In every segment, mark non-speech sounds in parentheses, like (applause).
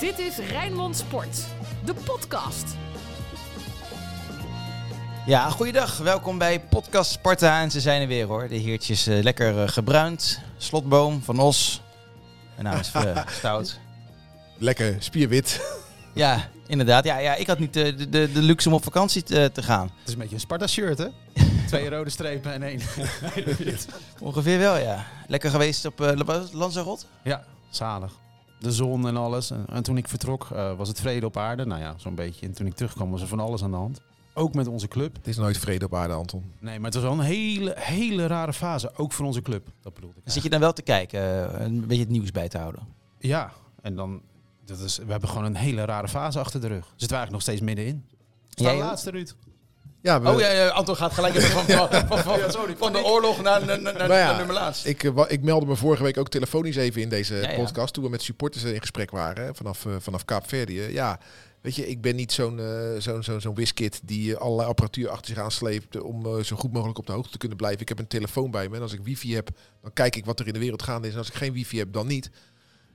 Dit is Rijnmond Sport, de podcast. Ja, goeiedag. Welkom bij Podcast Sparta. En ze zijn er weer hoor. De heertjes eh, lekker eh, gebruind. Slotboom van Os. Mijn naam is (laughs) eh, Stout. Lekker spierwit. Ja, inderdaad. Ja, ja, ik had niet eh, de, de, de luxe om op vakantie eh, te, te gaan. Het is een beetje een Sparta-shirt, (laughs) hè? Twee rode strepen en één. Ongeveer wel, ja. Lekker geweest op eh, La- Lanzarote. ja, zalig. De zon en alles. En, en toen ik vertrok eh, was het vrede op aarde. Nou ja, zo'n beetje. En toen ik terugkwam was er van alles aan de hand. Ook met onze club. Het is nooit vrede op aarde, Anton. Nee, maar het was wel een hele, hele rare fase. Ook voor onze club. Dat bedoelde ik. Dan zit je dan wel te kijken, eh, een beetje het nieuws bij te houden. Ja, en dan... Dat is, we hebben gewoon een hele rare fase achter de rug. Zitten we eigenlijk nog steeds middenin. Staan Jij ook? Oh, laatste, Ruud. Ja, Oh, we- Anton gaat gelijk even (laughs) van, van, de oorlog naar, naar, naar, Nou ja, naar nummer ik, eh, wa- ik meldde me vorige week ook telefonisch even in deze Ja, ja. podcast. Toen we met supporters in gesprek waren hè, vanaf, eh, vanaf Kaapverdië. Ja, weet je, ik ben niet zo'n eh zo'n zo'n zo'n wiskit die eh, allerlei apparatuur achter zich aansleept. om eh, zo goed mogelijk op de hoogte te kunnen blijven. Ik heb een telefoon bij me. En als ik wifi heb, dan kijk ik wat er in de wereld gaande is. En als ik geen wifi heb, dan niet.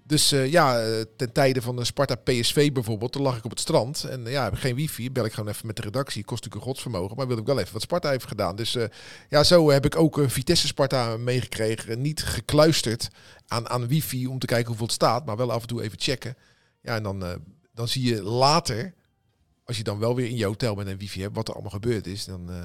Dus eh, ja, eh, ten tijde van de Sparta PSV bijvoorbeeld, dan lag ik op het strand. En eh, ja, heb ik geen wifi, bel ik gewoon even met de redactie. Kost natuurlijk een godsvermogen, maar wil ik wel even wat Sparta heeft gedaan. Dus eh, ja, zo heb ik ook eh, Vitesse Sparta meegekregen. Niet gekluisterd aan, aan wifi om te kijken hoeveel het staat, maar wel af en toe even checken. Ja, en dan, eh, dan zie je later, als je dan wel weer in je hotel met een wifi hebt, wat er allemaal gebeurd is. Dan, eh,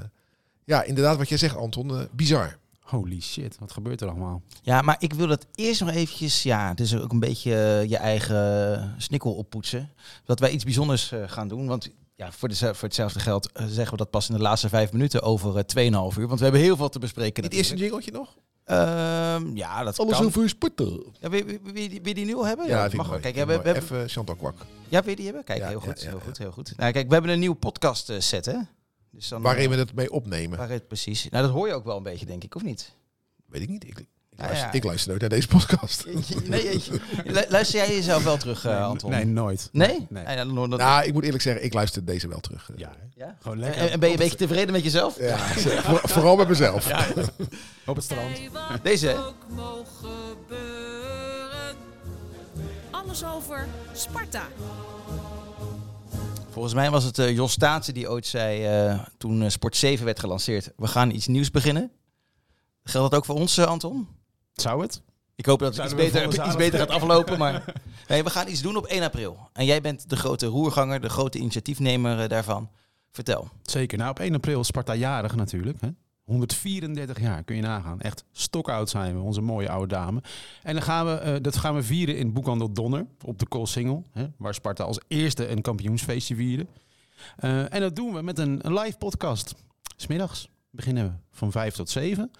ja, inderdaad wat jij zegt Anton, eh, bizar. Holy shit, wat gebeurt er allemaal? Ja, maar ik wil dat eerst nog eventjes... Ja, het is ook een beetje eh, je eigen snikkel oppoetsen. Dat wij iets bijzonders eh, gaan doen. Want ja, voor, de, voor hetzelfde geld eh, zeggen we dat pas in de laatste vijf minuten over eh 2,5 uur. Want we hebben heel veel te bespreken. Dit is een natuurlijk. jingeltje nog? Ehm, ja, dat kan. over Sparta. Ja, wil, wil, wil, wil je die nieuw hebben? Ja, dat vind ik mag wel. mooi. Kijk, Vind ik we, we, mooi. hebben- Even Chantal Kwak. ja, wil je die hebben? Kijk, Ja, heel ja, goed, ja, heel ja. goed, heel goed. Nou, kijk, we hebben een nieuwe podcast eh, set, hè? Dus dan, Waarin we het mee opnemen. Waarin, precies. Nou, dat hoor je ook wel een beetje, denk ik, of niet? (laughs) Weet ik niet. Ik, ik, Ja, luister, ja. ik luister nooit naar deze (laughs) podcast. Nee, jeetje. (laughs) Lu- luister jij jezelf wel terug, eh, Nee, Anton? Nee, nooit. Nee? Nee. Ah, ja, dan hoor dat- Nou, ik moet eerlijk zeggen, ik luister deze wel terug. Ja, hè. ja? gewoon En, lekker. en ben je een beetje tevreden met jezelf? Ja, (laughs) voor- vooral bij mezelf. Op het strand. Hey, wat Deze, hè? ook mogen gebeuren. Alles over Sparta. Volgens mij was het eh, Jos Staatsen die ooit zei eh, toen eh, Sport 7 werd gelanceerd. We gaan iets nieuws beginnen. Geldt dat ook voor ons, eh, Anton? Zou het? Ik hoop dat het iets Zouden we beter, volgens iets Adem- beter gaat aflopen. Maar (laughs) nee, we gaan iets doen op 1 april. En jij bent de grote roerganger, de grote initiatiefnemer eh, daarvan. Vertel. Zeker. Nou, op 1 april is Sparta jarig natuurlijk. Hè? 134 jaar, kun je nagaan. Echt stokoud zijn we, onze mooie oude dame. En dan gaan we, eh, dat gaan we vieren in Boekhandel Donner op de Koolsingel. Hè? Waar Sparta als eerste een kampioensfeestje vierde. Eh, en dat doen we met een, een live podcast. Smiddags beginnen we van 5 tot 7.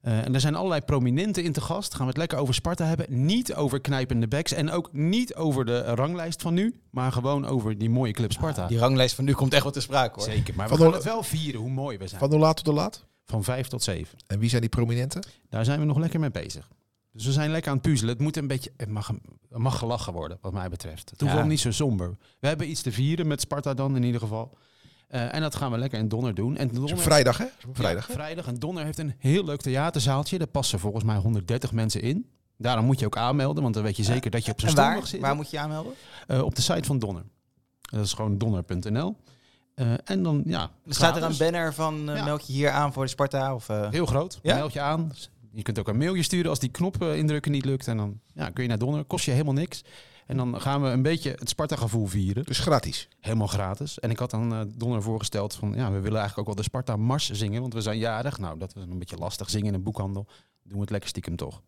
Eh, en daar zijn allerlei prominenten in te gast. Gaan we het lekker over Sparta hebben. Niet over knijpende backs. En ook niet over de ranglijst van nu. Maar gewoon over die mooie club Sparta. Die ranglijst van nu komt echt wat te sprake hoor. Zeker, maar Van we gaan de- het wel vieren hoe mooi we zijn. Van hoe laat tot hoe laat? Van vijf tot zeven. En wie zijn die prominenten? Daar zijn we nog lekker mee bezig. Dus we zijn lekker aan het puzzelen. Het, moet een beetje, het, mag, het mag gelachen worden, wat mij betreft. Het hoeft Ja. wel niet zo somber. We hebben iets te vieren met Sparta dan in ieder geval. Eh, en dat gaan we lekker in Donner doen. En Is Donner, op vrijdag, hè? Is op vrijdag. Ja, vrijdag. En Donner heeft een heel leuk theaterzaaltje. Daar passen volgens mij 130 mensen in. Daarom moet je ook aanmelden, want dan weet je zeker dat je op zo'n En stoel waar, mag zitten. waar moet je je aanmelden? Eh, op de site van Donner. Dat is gewoon donner.nl. Eh, en dan, ja... Er staat er een gratis. banner van eh, Ja. meld je hier aan voor de Sparta? Of, eh, Heel groot. Ja? Meld je aan. Je kunt ook een mailje sturen als die knop eh, indrukken niet lukt. En dan ja, kun je naar Donner. Kost je helemaal niks. En dan gaan we een beetje het Sparta-gevoel vieren. Dus gratis. Helemaal gratis. En ik had aan eh, Donner voorgesteld van... Ja, we willen eigenlijk ook wel de Sparta-mars zingen. Want we zijn jarig. Nou, dat is een beetje lastig zingen in een boekhandel. Doen we het lekker stiekem toch.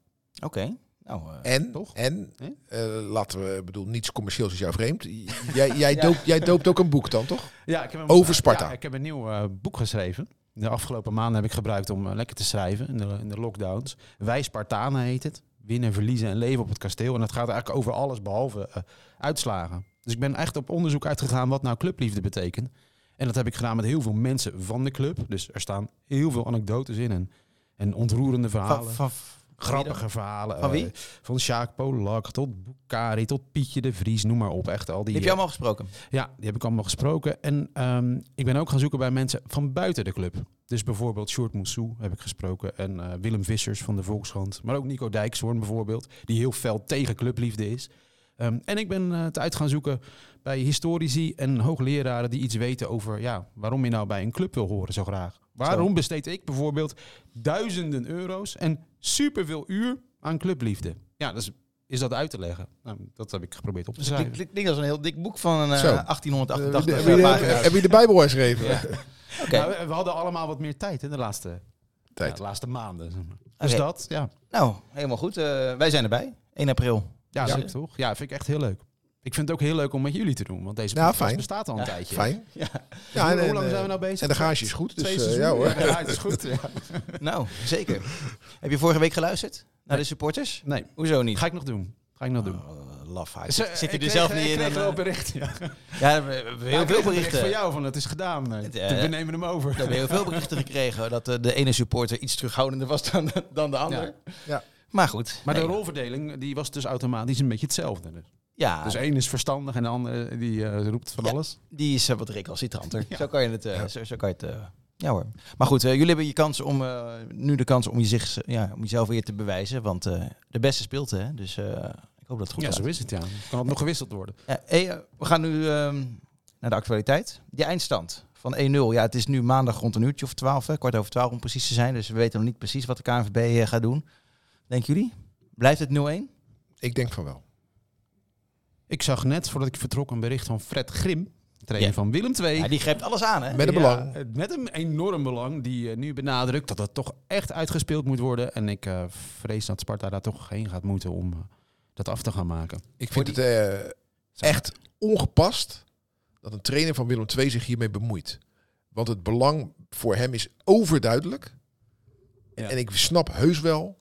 Oké. Nou, eh, En, Toch? en Hè? eh, laten we, ik bedoel, niets commercieels is jou (laughs) vreemd. J- Jij, jij, doopt, jij doopt ook een boek dan, toch? Ja, ik heb een, Over Sparta. ja, ik heb een nieuw eh, boek geschreven. De afgelopen maanden heb ik gebruikt om eh, lekker te schrijven in de, in de lockdowns. Wij Spartanen heet het. Winnen, verliezen en leven op het kasteel. En dat gaat eigenlijk over alles behalve eh, uitslagen. Dus ik ben echt op onderzoek uitgegaan wat nou clubliefde betekent. En dat heb ik gedaan met heel veel mensen van de club. Dus er staan heel veel anekdotes in en, en ontroerende verhalen. van, van, Grappige verhalen. Van eh, wie? van Sjaak Polak tot Bukari tot Pietje de Vries. Noem maar op. Echt al die... heb je eh, allemaal gesproken? ja, die heb ik allemaal gesproken. En ehm, ik ben ook gaan zoeken bij mensen van buiten de club. Dus bijvoorbeeld Sjoerd Moussou heb ik gesproken. En eh, Willem Vissers van de Volkskrant. Maar ook Nico Dijkshoorn bijvoorbeeld. Die heel fel tegen clubliefde is. Ehm, en ik ben eh, het uit gaan zoeken bij historici en hoogleraren die iets weten over ja, waarom je nou bij een club wil horen zo graag. Waarom besteed ik bijvoorbeeld duizenden euro's en superveel uur aan clubliefde? Ja, dat is, is dat uit te leggen. Nou, dat heb ik geprobeerd op te Dus ik schrijven. denk- ik denk dat is een heel dik boek van eh Zo. Eh, 1888 heb, je de, pagina's. heb je de Bijbel geschreven? Ja. Oké. Nou, we- we hadden allemaal wat meer tijd in de laatste, (laughs) Tijd. ja, de laatste maanden. zeg maar. Dus Oké. dat, ja. Nou, helemaal goed. Eh, wij zijn erbij. 1 (laughs) april. Ja, Ja. zeker toch? Ja, vind ik echt heel leuk. Ik vind het ook heel leuk om met jullie te doen, want deze Ja, podcast Nou, fijn. bestaat al een tijdje. Fijn. Ja. Ja, Hoe- hoe lang zijn we nou bezig? En de garage is goed. (laughs) Dus, Twee eh, ja seizoenen. hoor. (laughs) Ja, het is goed. ja. Nou, zeker. heb je vorige week geluisterd naar de supporters? Nee, Hoezo niet? ga ik nog doen. Ga ik nog doen. Oh, laf, hij Ze- zit, zit ik hij er kreeg- zelf ik niet in. kreeg en, wel eh, bericht. Ja. ja, we hebben heel veel berichten. van jou van het is gedaan. Nee. Het, eh, We nemen hem over. We hebben heel veel berichten gekregen dat eh, de ene supporter iets terughoudender was dan, dan de ander. Ja. Maar goed. Maar de Nee. rolverdeling die was dus automatisch een beetje hetzelfde. Dus, Ja, dus één is verstandig en de andere die eh, roept van Ah. Ja. alles. die is eh, wat recalcitranter. Ja. Zo kan je het. eh, zo, zo kan je het eh, ja hoor. Maar goed, eh, jullie hebben je kans om, eh, nu de kans om, je zich, ja, om jezelf weer te bewijzen. Want eh, de beste speelt, hè? Dus eh, ik hoop dat het goed ja, gaat. zo is het ja. Kan het nog gewisseld worden? Ja, hey, eh, we gaan nu ehm, naar de actualiteit. Die eindstand van 1-0. Ja, het is nu maandag rond een uurtje of 12, hè, kwart over 12 om precies te zijn. Dus we weten nog niet precies wat de KNVB eh, gaat doen. Denken jullie? Blijft het 0-1? Ik denk van wel. Ik zag net voordat ik vertrok een bericht van Fred Grim, trainer Ja. van Willem II. Ja, die grijpt alles aan, hè? Met een Ja, belang. het- Met een enorm belang die eh, nu benadrukt dat dat toch echt uitgespeeld moet worden. En ik eh, vrees dat Sparta daar toch heen gaat moeten om eh, dat af te gaan maken. Ik vind het eh, echt ongepast dat een trainer van Willem II zich hiermee bemoeit. Want het belang voor hem is overduidelijk. Ja. En ik snap heus wel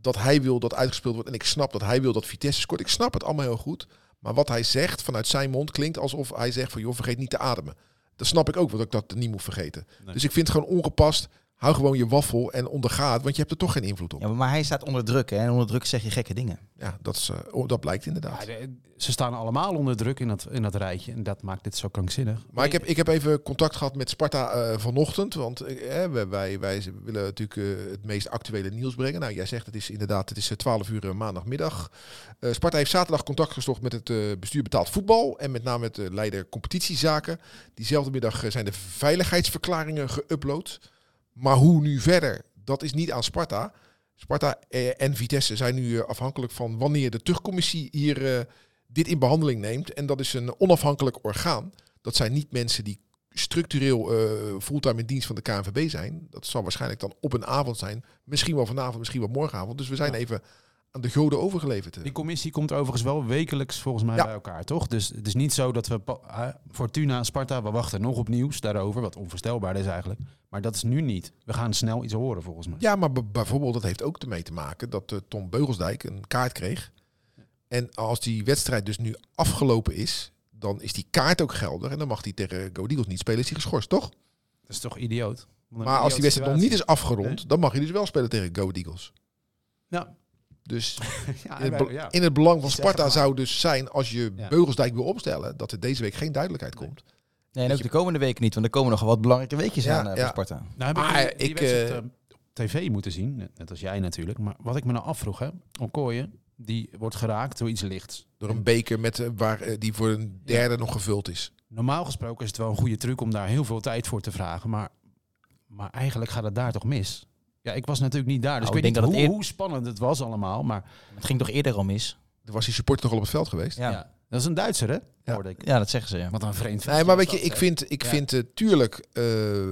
dat hij wil dat uitgespeeld wordt. En ik snap dat hij wil dat Vitesse scoort. Ik snap het allemaal heel goed. Maar wat hij zegt vanuit zijn mond klinkt alsof hij zegt van... joh, vergeet niet te ademen. Dat snap ik ook, want ik dat niet moet vergeten. Nee. Dus ik vind het gewoon ongepast. Hou gewoon je waffel en onderga het, want je hebt er toch geen invloed op. Ja, Ja, maar hij staat onder druk, hè? En onder druk zeg je gekke dingen. dat, is, eh, oh, dat blijkt inderdaad. Ja, de- ze staan allemaal onder druk in dat, in dat rijtje. En dat maakt dit zo krankzinnig. Maar ik heb, ik heb even contact gehad met Sparta eh, vanochtend. Want eh, wij, wij, wij willen natuurlijk eh, het meest actuele nieuws brengen. Nou, jij zegt het is inderdaad, het is eh, 12 uur eh, maandagmiddag. Eh, Sparta heeft zaterdag contact gezocht met het eh, bestuur betaald voetbal. En met name het eh, leider competitiezaken. Diezelfde middag eh, zijn de veiligheidsverklaringen geüpload. Maar hoe nu verder, dat is niet aan Sparta. Sparta eh, en Vitesse zijn nu eh, afhankelijk van wanneer de terugcommissie hier eh, dit in behandeling neemt. En dat is een onafhankelijk orgaan. Dat zijn niet mensen die structureel eh, fulltime in dienst van de KNVB zijn. Dat zal waarschijnlijk dan op een avond zijn. Misschien wel vanavond, misschien wel morgenavond. Dus we zijn Ja. even aan de goden overgeleverd. eh. Die commissie komt overigens wel wekelijks volgens mij Ja. bij elkaar, toch? Dus het is niet zo dat we... pa- eh, Fortuna, Sparta, we wachten nog op nieuws daarover. Wat onvoorstelbaar is eigenlijk. Maar dat is nu niet. We gaan snel iets horen volgens mij. Ja, maar b- bijvoorbeeld dat heeft ook ermee te maken dat eh, Tom Beugelsdijk een kaart kreeg. En als die wedstrijd dus nu afgelopen is, dan is die kaart ook geldig. En dan mag hij tegen Go Eagles niet spelen, is hij geschorst, toch? Dat is toch idioot? Wat een Maar als die idiote wedstrijd nog niet situatie. is afgerond, dan mag hij dus wel spelen tegen Go Eagles. Ja. Dus (laughs) Ja, in het, wij- be- ja. in het belang van Is echt Sparta waar. zou dus zijn, als je Ja. Beugelsdijk wil opstellen, dat er deze week geen duidelijkheid komt. Nee, en ook de komende weken niet, want er komen nogal wat belangrijke weekjes Dus Ja, aan eh, ja. bij Sparta. Nou, heb Maar ik, die ik, wedstrijd, eh, eh, op tv moeten zien, net- net als jij natuurlijk. Maar wat ik me nou afvroeg, hè, Okoye, die wordt geraakt door iets lichts. Door een beker met, eh, waar, eh, die voor een derde nog gevuld is. Normaal gesproken is het wel een goede truc om daar heel veel tijd voor te vragen, maar, maar eigenlijk gaat het daar toch mis. Ja, ik was natuurlijk niet daar, dus Nou, ik ik weet denk niet dat hoe, het eer- hoe spannend het was allemaal, maar Het ging toch eerder al mis? Er was die supporter toch al op het veld geweest? ja. Ja, ja. dat is een Duitser, hè? Ja. Hoorde ik. dat zeggen ze. Ja. Wat een vreemd. Nee, ventje maar was weet je, dat, ik hè? vind, ik Ja. vind eh, tuurlijk, eh,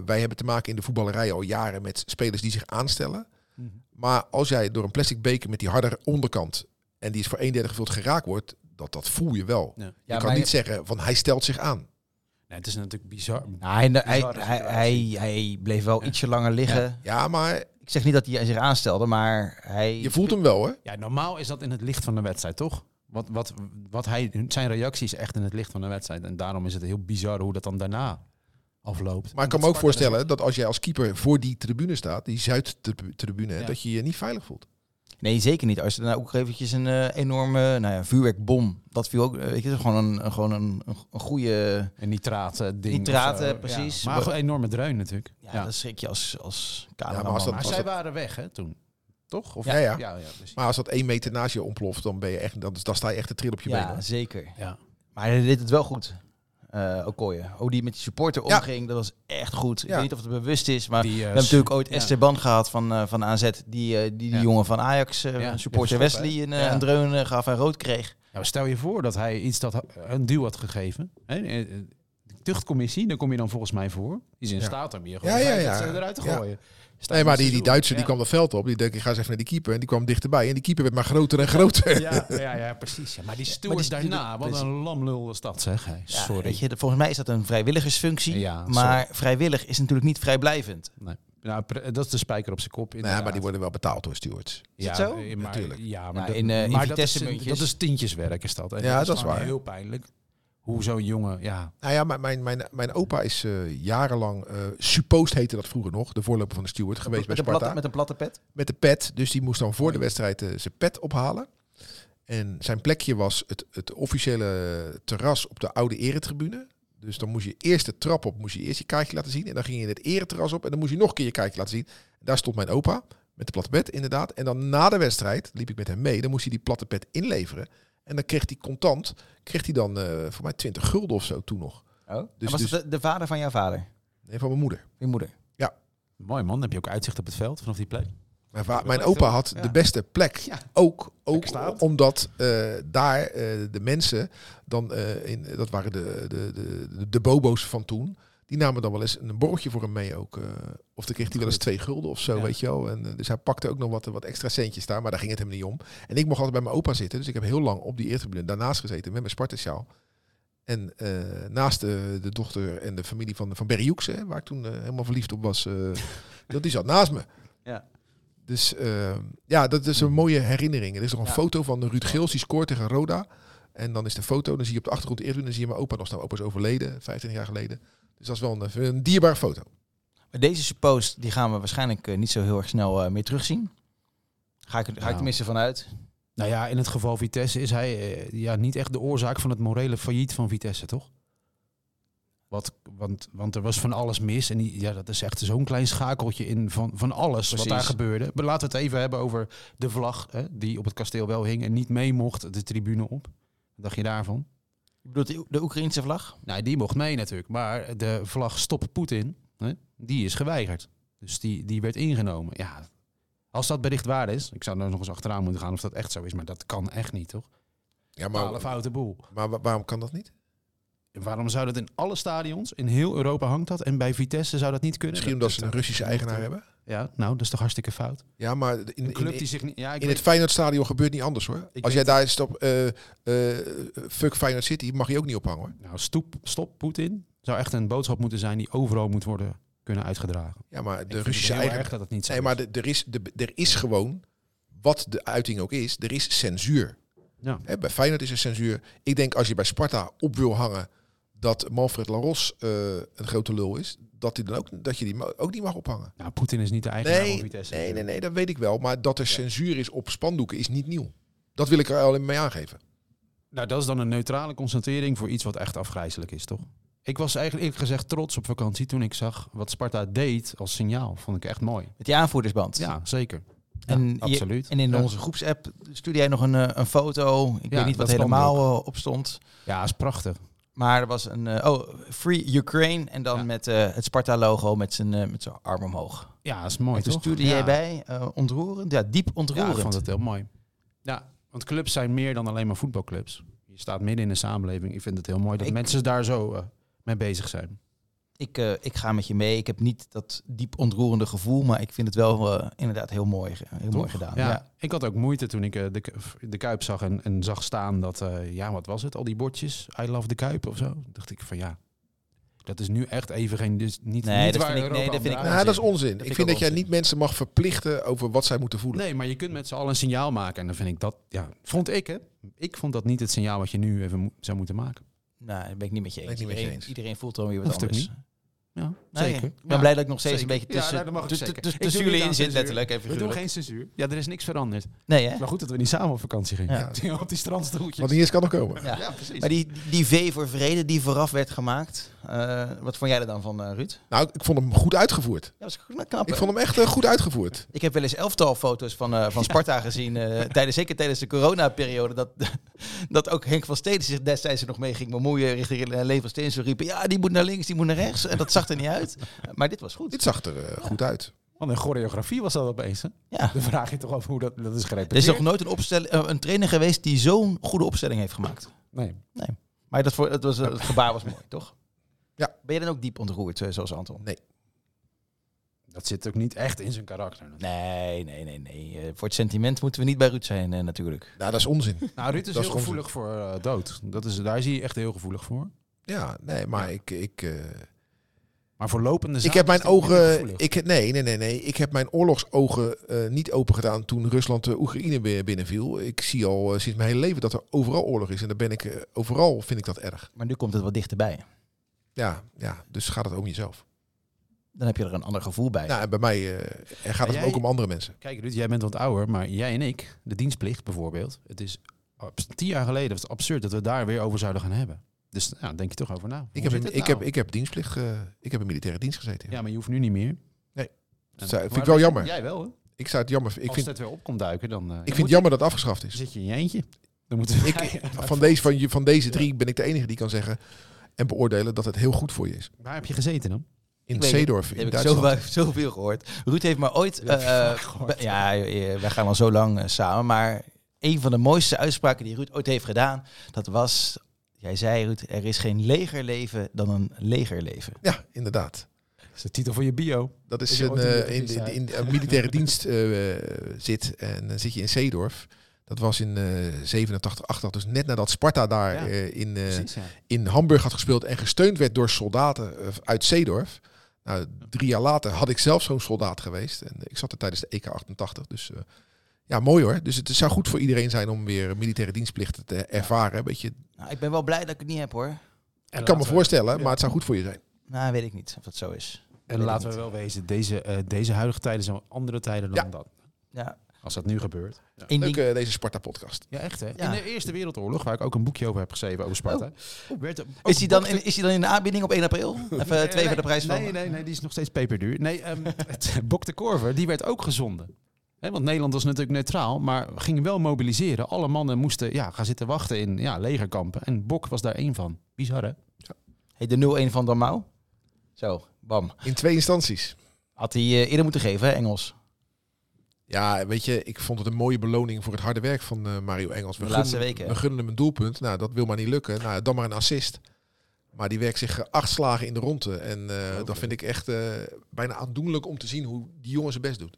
wij hebben te maken in de voetballerij al jaren met spelers die zich aanstellen. Mhm. Maar als jij door een plastic beker met die harde onderkant en die is voor een derde gevuld geraakt wordt, dat, dat voel je wel. Ja. je kan maar- niet zeggen van hij stelt zich aan. Nee, het is natuurlijk bizar. Nou, hij, hij, Bizarre hij, hij, situatie. hij bleef wel ietsje langer liggen. Ja, maar Ik zeg niet dat hij zich aanstelde, maar hij... je voelt hem wel hè. Ja, normaal is dat in het licht van de wedstrijd, toch? Wat, wat, wat hij, zijn reactie is echt in het licht van de wedstrijd. En daarom is het heel bizar hoe dat dan daarna afloopt. Maar ik kan me ook voorstellen dat als jij als keeper voor die tribune staat, die Zuid-tribune, Ja. dat je je niet veilig voelt. Nee, zeker niet. Als er nou ook eventjes een eh, enorme nou ja, vuurwerkbom... Dat viel ook... eh, Weet je, gewoon een, een- gewoon een, een, een goede... Een nitraat eh, ding. Nitraat, of zo. eh, precies. Ja. Maar gewoon een enorme dreun natuurlijk. Ja, Ja. dat schrik je als, als Ja, maar als dat- Maar was zij het- waren weg hè, toen. toch? Of, Ja, ja. ja, ja, precies. Maar als dat één meter naast je ontploft, dan, ben je echt, dan, dan sta je echt te trillen op je Ja, benen. zeker. Ja. Maar hij deed het wel goed. Eh Okoye. Hoe die met die supporter Ja. omging, dat was echt goed. Ik Ja. weet niet of het bewust is, maar Die, eh, we hebben natuurlijk ooit ja. Esteban gehad van, eh, van AZ. Die, eh, die, die Ja. jongen van Ajax, eh, Ja, supporter die verstop, hè? Wesley, een, eh, Ja. een dreun eh, gaf en rood kreeg. Ja, maar stel je voor dat hij iets dat een duw had gegeven. Hè? eh, De tuchtcommissie, daar kom je dan volgens mij voor. Die is in Ja. staat om je gewoon Ja, ja, vijf ja. wedstrijden eruit te Ja. gooien. Staat Nee, maar niet die, te die doen. Duitser die Ja. kwam dat veld op. Die denkt, ik ga eens even naar die keeper. En die kwam dichterbij. En die keeper werd maar groter en groter. Ja, ja, ja, precies. ja. Maar die stewards die- daarna, wat precies. een lamlul was dat zeg. Hey, Ja, sorry. weet je, de- volgens mij is dat een vrijwilligersfunctie. Ja, maar vrijwillig is natuurlijk niet vrijblijvend. Nee. Nou, pre- dat is de spijker op zijn (laughs) kop. Nee, inderdaad. maar die worden wel betaald door stewards. Is het zo? eh, Maar, Natuurlijk. Ja, Ja, maar, dat- in, eh, in maar dat, is, Vitesse-muntjes. dat is tientjeswerk is dat. En Ja, dat is gewoon waar. heel pijnlijk. Hoe zo'n jongen, ja. Nou ja, mijn, mijn, mijn, mijn opa is eh, jarenlang, eh suppost heette dat vroeger nog, de voorloper van de steward geweest bij met, een Sparta. platte, met een platte pet. met de pet. Dus die moest dan voor de wedstrijd eh, zijn pet ophalen. En zijn plekje was het, het officiële terras op de oude eretribune. Dus dan moest je eerst de trap op, moest je eerst je kaartje laten zien. En dan ging je het ereterras op en dan moest je nog een keer je kaartje laten zien. Daar stond mijn opa met de platte pet inderdaad. En dan na de wedstrijd liep ik met hem mee. Dan moest hij die platte pet inleveren. En dan kreeg hij contant, kreeg hij dan eh voor mij 20 gulden of zo toen nog. Oh. Dus- Dus, was dus- het de, de vader van jouw vader? Nee, van mijn moeder. Je moeder? Mooi man, dan heb je ook uitzicht op het veld vanaf die plek. Mijn, va- mijn opa had Ja. de beste plek. Ja. Ook, ook Lekker staat. omdat eh, daar eh, de mensen, dan, eh, in, dat waren de, de, de, de bobo's van toen, die namen dan wel eens een borreltje voor hem mee ook. eh. of dan kreeg hij wel eens twee gulden of zo, Ja. weet je wel. En, eh, dus hij pakte ook nog wat, wat extra centjes daar, maar daar ging het hem niet om. En ik mocht altijd bij mijn opa zitten, dus ik heb heel lang op die eertribune daarnaast gezeten met mijn Sparta-sjaal. En eh, naast de, de dochter en de familie van, van Berry Hoeks, hè, waar ik toen eh, helemaal verliefd op (laughs) was, eh, dat die zat naast me. Ja. Dus eh, ja, dat is Hmm. een mooie herinnering. Er is nog een Ja. foto van Ruud Geels, die scoort tegen Roda. En dan is de foto, dan zie je op de achtergrond eerder, dan zie je mijn opa nog staan. Mijn opa is overleden, 15 jaar geleden. Dus dat is wel een, een dierbare foto. Maar deze post die gaan we waarschijnlijk eh, niet zo heel erg snel eh, meer terugzien. Ga ik, ga ik Nou. tenminste vanuit. Nou ja, in het geval Vitesse is hij eh, ja, niet echt de oorzaak van het morele failliet van Vitesse, toch? Wat, want, want er was van alles mis. En die, ja, dat is echt zo'n klein schakeltje in van, van alles wat Precies. daar gebeurde. Maar laten we het even hebben over de vlag hè, die op het kasteel wel hing en niet mee mocht de tribune op. Wat dacht je daarvan? Je bedoelt de, de Oekraïnse vlag? Nou, die mocht mee natuurlijk. Maar de vlag Stop Poetin, hè, die is geweigerd. Dus die, die werd ingenomen. Ja, als dat bericht waar is, ik zou er nog eens achteraan moeten gaan of dat echt zo is. Maar dat kan echt niet, toch? Ja, Totale maar, foute boel. maar wa- waarom kan dat niet? Waarom zou dat in alle stadions, in heel Europa hangt dat, en bij Vitesse zou dat niet kunnen? Misschien Dat- omdat ze een Russische eigenaar hebben. Ja, nou, dat is toch hartstikke fout. Ja, maar in, Een club in- die zich niet... Ja, ik in weet- het Feyenoordstadion gebeurt niet anders hoor. Ik Als jij daar stop, eh, eh, fuck Feyenoord City, mag je ook niet ophangen hoor. Nou, stoep, stop Poetin zou echt een boodschap moeten zijn die overal moet worden kunnen uitgedragen. Ja, maar Ik de vind Russische het heel eigenaar... erg dat het niet zo Nee, is. maar de- er is, de- er is gewoon, wat de uiting ook is, er is censuur. Ja. Hè, bij Feyenoord is er censuur. Ik denk als je bij Sparta op wil hangen dat Manfred Laros eh, een grote lul is, dat, die dan ook, dat je die ma- ook niet mag ophangen. Nou, Poetin is niet de eigenaar van Nee, Vitesse. nee, nee, nee, dat weet ik wel. Maar dat er censuur is op spandoeken is niet nieuw. Dat wil ik er alleen mee aangeven. Nou, dat is dan een neutrale constatering voor iets wat echt afgrijzelijk is, toch? Ik was eigenlijk eerlijk gezegd trots op vakantie toen ik zag wat Sparta deed als signaal. Vond ik echt mooi. Met die aanvoerdersband. Ja, zeker. En Ja, je- absoluut. En in Ja. onze groepsapp stuurde jij nog een, eh, een foto. Ik Ja, weet niet dat wat kan helemaal eh, op stond. Ja, is prachtig. Maar er was een... eh, oh, Free Ukraine. En dan Ja. met eh, het Sparta-logo met zijn eh, met zijn arm omhoog. Ja, is mooi, en toen toch? stuurde Ja. jij bij. eh, ontroerend. Ja, diep Ja, ontroerend. ik vond het heel mooi. Ja, want clubs zijn meer dan alleen maar voetbalclubs. Je staat midden in de samenleving. Ik vind het heel mooi dat Ik- mensen daar zo eh, mee bezig zijn. ik, eh, ik ga met je mee. Ik heb niet dat diep ontroerende gevoel, maar ik vind het wel eh, inderdaad heel mooi, ge- heel mooi gedaan. Ja, Ja. Ik had ook moeite toen ik eh, de, Ku- de Kuip zag en, en zag staan dat, eh, ja, wat was het? Al die bordjes, I love de Kuip of zo. Toen dacht ik van ja, dat is nu echt even geen, dus niet, Nee, niet dat waar vind ik- nee, dat Europa vind ik aan onzin. Nou, draait. dat is onzin. vind ik ik vind ook dat jij onzin. niet mensen mag verplichten over wat zij moeten voelen. Nee, maar je kunt met z'n allen een signaal maken. En dan vind ik dat, ja, vond ik hè. Ik vond dat niet het signaal wat je nu even mo- zou moeten maken. Nou, dat ben ik niet met je Ben eens. ik niet met je iedereen, eens. iedereen voelt dan weer wat Hoeft ook anders. niet. Ja, Nee, zeker. Ik ben Ja. blij dat ik nog steeds Zeker. een beetje Ja, tussen, nou, dat mag ik tussen- zeker. tussen Ik doe niet jullie aan in zit, censuur. letterlijk. Even We doen figuurlijk. geen censuur. Ja, er is niks veranderd. Nee, hè? Eh. Maar goed dat we niet samen op vakantie gingen. Ja. Op (laughs) die strandstoeltjes. Want niet eens kan nog komen. Ja. precies. Maar die, die V voor vrede die vooraf werd gemaakt, Eh, wat vond jij er dan van, eh, Ruud? Nou, ik vond hem goed uitgevoerd. Ja, was goed, knap. Ik vond hem echt eh, goed uitgevoerd. Ik heb wel eens elftal foto's van, eh, van Sparta gezien. eh, tijdens, zeker tijdens de coronaperiode. Dat, (laughs) dat ook Henk van Steden zich destijds er nog mee ging bemoeien. Richting eh, Leen van Steen. Zo riepen, ja, die moet naar links, die moet naar rechts. En dat zag er niet uit. Maar dit was goed. Dit zag er eh, goed uit. Wat een choreografie was dat opeens. Hè? Ja. Dan vraag je toch af hoe dat, dat is Er is gerepeteerd. nog nooit een, opstelling, eh, een trainer geweest die zo'n goede opstelling heeft gemaakt. Nee. Maar dat, voor, dat was, eh, het gebaar was mooi, toch? Ja. Ben je dan ook diep ontroerd, eh, zoals Anton? Dat zit ook niet echt in zijn karakter. Nee, nee, nee, nee. Eh, voor het sentiment moeten we niet bij Ruud zijn, eh, natuurlijk. Nou, dat is onzin. Nou, Ruud is Dat is heel gewoon gevoelig voor eh, dood. Dat is, daar is hij echt heel gevoelig voor. Ja, nee, maar ik... Ik, eh, Maar voor lopende Dus ik zaken heb mijn is hij minder ogen... gevoelig. Ik, nee, nee, nee, nee. Ik heb mijn oorlogsogen eh, niet open gedaan toen Rusland de Oekraïne bi- binnenviel. Ik zie al eh, sinds mijn hele leven dat er overal oorlog is. En daar ben ik... eh, overal vind ik dat erg. Maar nu komt het wat dichterbij. Ja, ja. Dus gaat het ook om jezelf. Dan heb je er een ander gevoel bij. Nou, en bij mij eh, er gaat het jij- ook om andere mensen. Kijk, Ruud, jij bent wat ouder, maar jij en ik, de dienstplicht bijvoorbeeld. Het is abs- tien jaar geleden, was het absurd dat we daar weer over zouden gaan hebben. Dus nou, denk je toch over na. Hoe Ik heb, zit een- het ik, nou? heb, ik heb dienstplicht... eh, ik heb in militaire dienst gezeten. Ja. Ja, maar je hoeft nu niet meer. Dat zou- vind Maar ik wel jammer. Jij wel, hè? Ik zou het jammer... Ik Als vind, het weer op komt duiken, dan eh, je ik vind moet- het jammer dat het afgeschaft is. zit je in je eentje. Dan moeten we... (laughs) Ik, van, deze, van, je- van deze drie ben ik de enige die kan zeggen en beoordelen dat het heel goed voor je is. Waar heb je gezeten dan? In Ik weet het. Zeedorf, Dat in heb ik Duitsland. zoveel, (laughs) zoveel gehoord. Ruud heeft maar ooit... Ja, eh, vaak gehoord. be- ja, eh, wij gaan al zo lang eh, samen. Maar een van de mooiste uitspraken die Ruud ooit heeft gedaan... dat was... Jij zei, Ruud, er is geen legerleven dan een legerleven. Ja, inderdaad. Dat is de titel van je bio. Dat is Is je een, ooit in de eh, in, militaire in- (laughs) in- een militaire dienst eh, eh, zit en dan zit je in Zeedorf. Dat was in eh 87, 88, dus net nadat Sparta daar Ja, eh, in, eh, Precies, ja. in Hamburg had gespeeld en gesteund werd door soldaten eh, uit Zeedorf. Nou, drie jaar later had ik zelf zo'n soldaat geweest en ik zat er tijdens de EK 88. Dus eh, ja, mooi hoor. Dus het zou goed voor iedereen zijn om weer militaire dienstplichten te ervaren. Een beetje Nou, ik ben wel blij dat ik het niet heb, hoor. En Ik kan me laten we- voorstellen, ja. maar het zou goed voor je zijn. Nou, weet ik niet of dat zo is. En laten we wel wezen, deze, eh, deze huidige tijden zijn wel andere tijden dan Ja. dat. Ja, Als dat nu gebeurt. één Leuk ding... eh, deze Sparta-podcast. Ja, Oh. echt hè? Ja. In de Eerste Wereldoorlog, waar ik ook een boekje over heb geschreven over Sparta. Werd er eh, ook Is hij, dan bochten- in, is hij dan in de aanbieding op 1 (laughs) april? Even Nee, twee voor de prijs van. eh, Nee, nee, nee, die is nog steeds peperduur. Nee, ehm, (laughs) het Bok de Korver, die werd ook gezonden. Hè, want Nederland was natuurlijk neutraal, maar ging wel mobiliseren. Alle mannen moesten ja, gaan zitten wachten in ja, legerkampen. En Bok was daar één van. Bizar, hè? Hey, de 0-1 van Damau. Zo, bam. In twee instanties. Had hij eh, eerder moeten geven, hè, Engels. Ja, weet je, ik vond het een mooie beloning voor het harde werk van eh, Mario Engels. De laatste gunnen- weken, hè? We gunnen hem een doelpunt. Nou, dat wil maar niet lukken. Nou, dan maar een assist. Maar die werkt zich eh, acht slagen in de ronde. En eh, dat vind ik echt eh, bijna aandoenlijk om te zien hoe die jongen zijn best doet.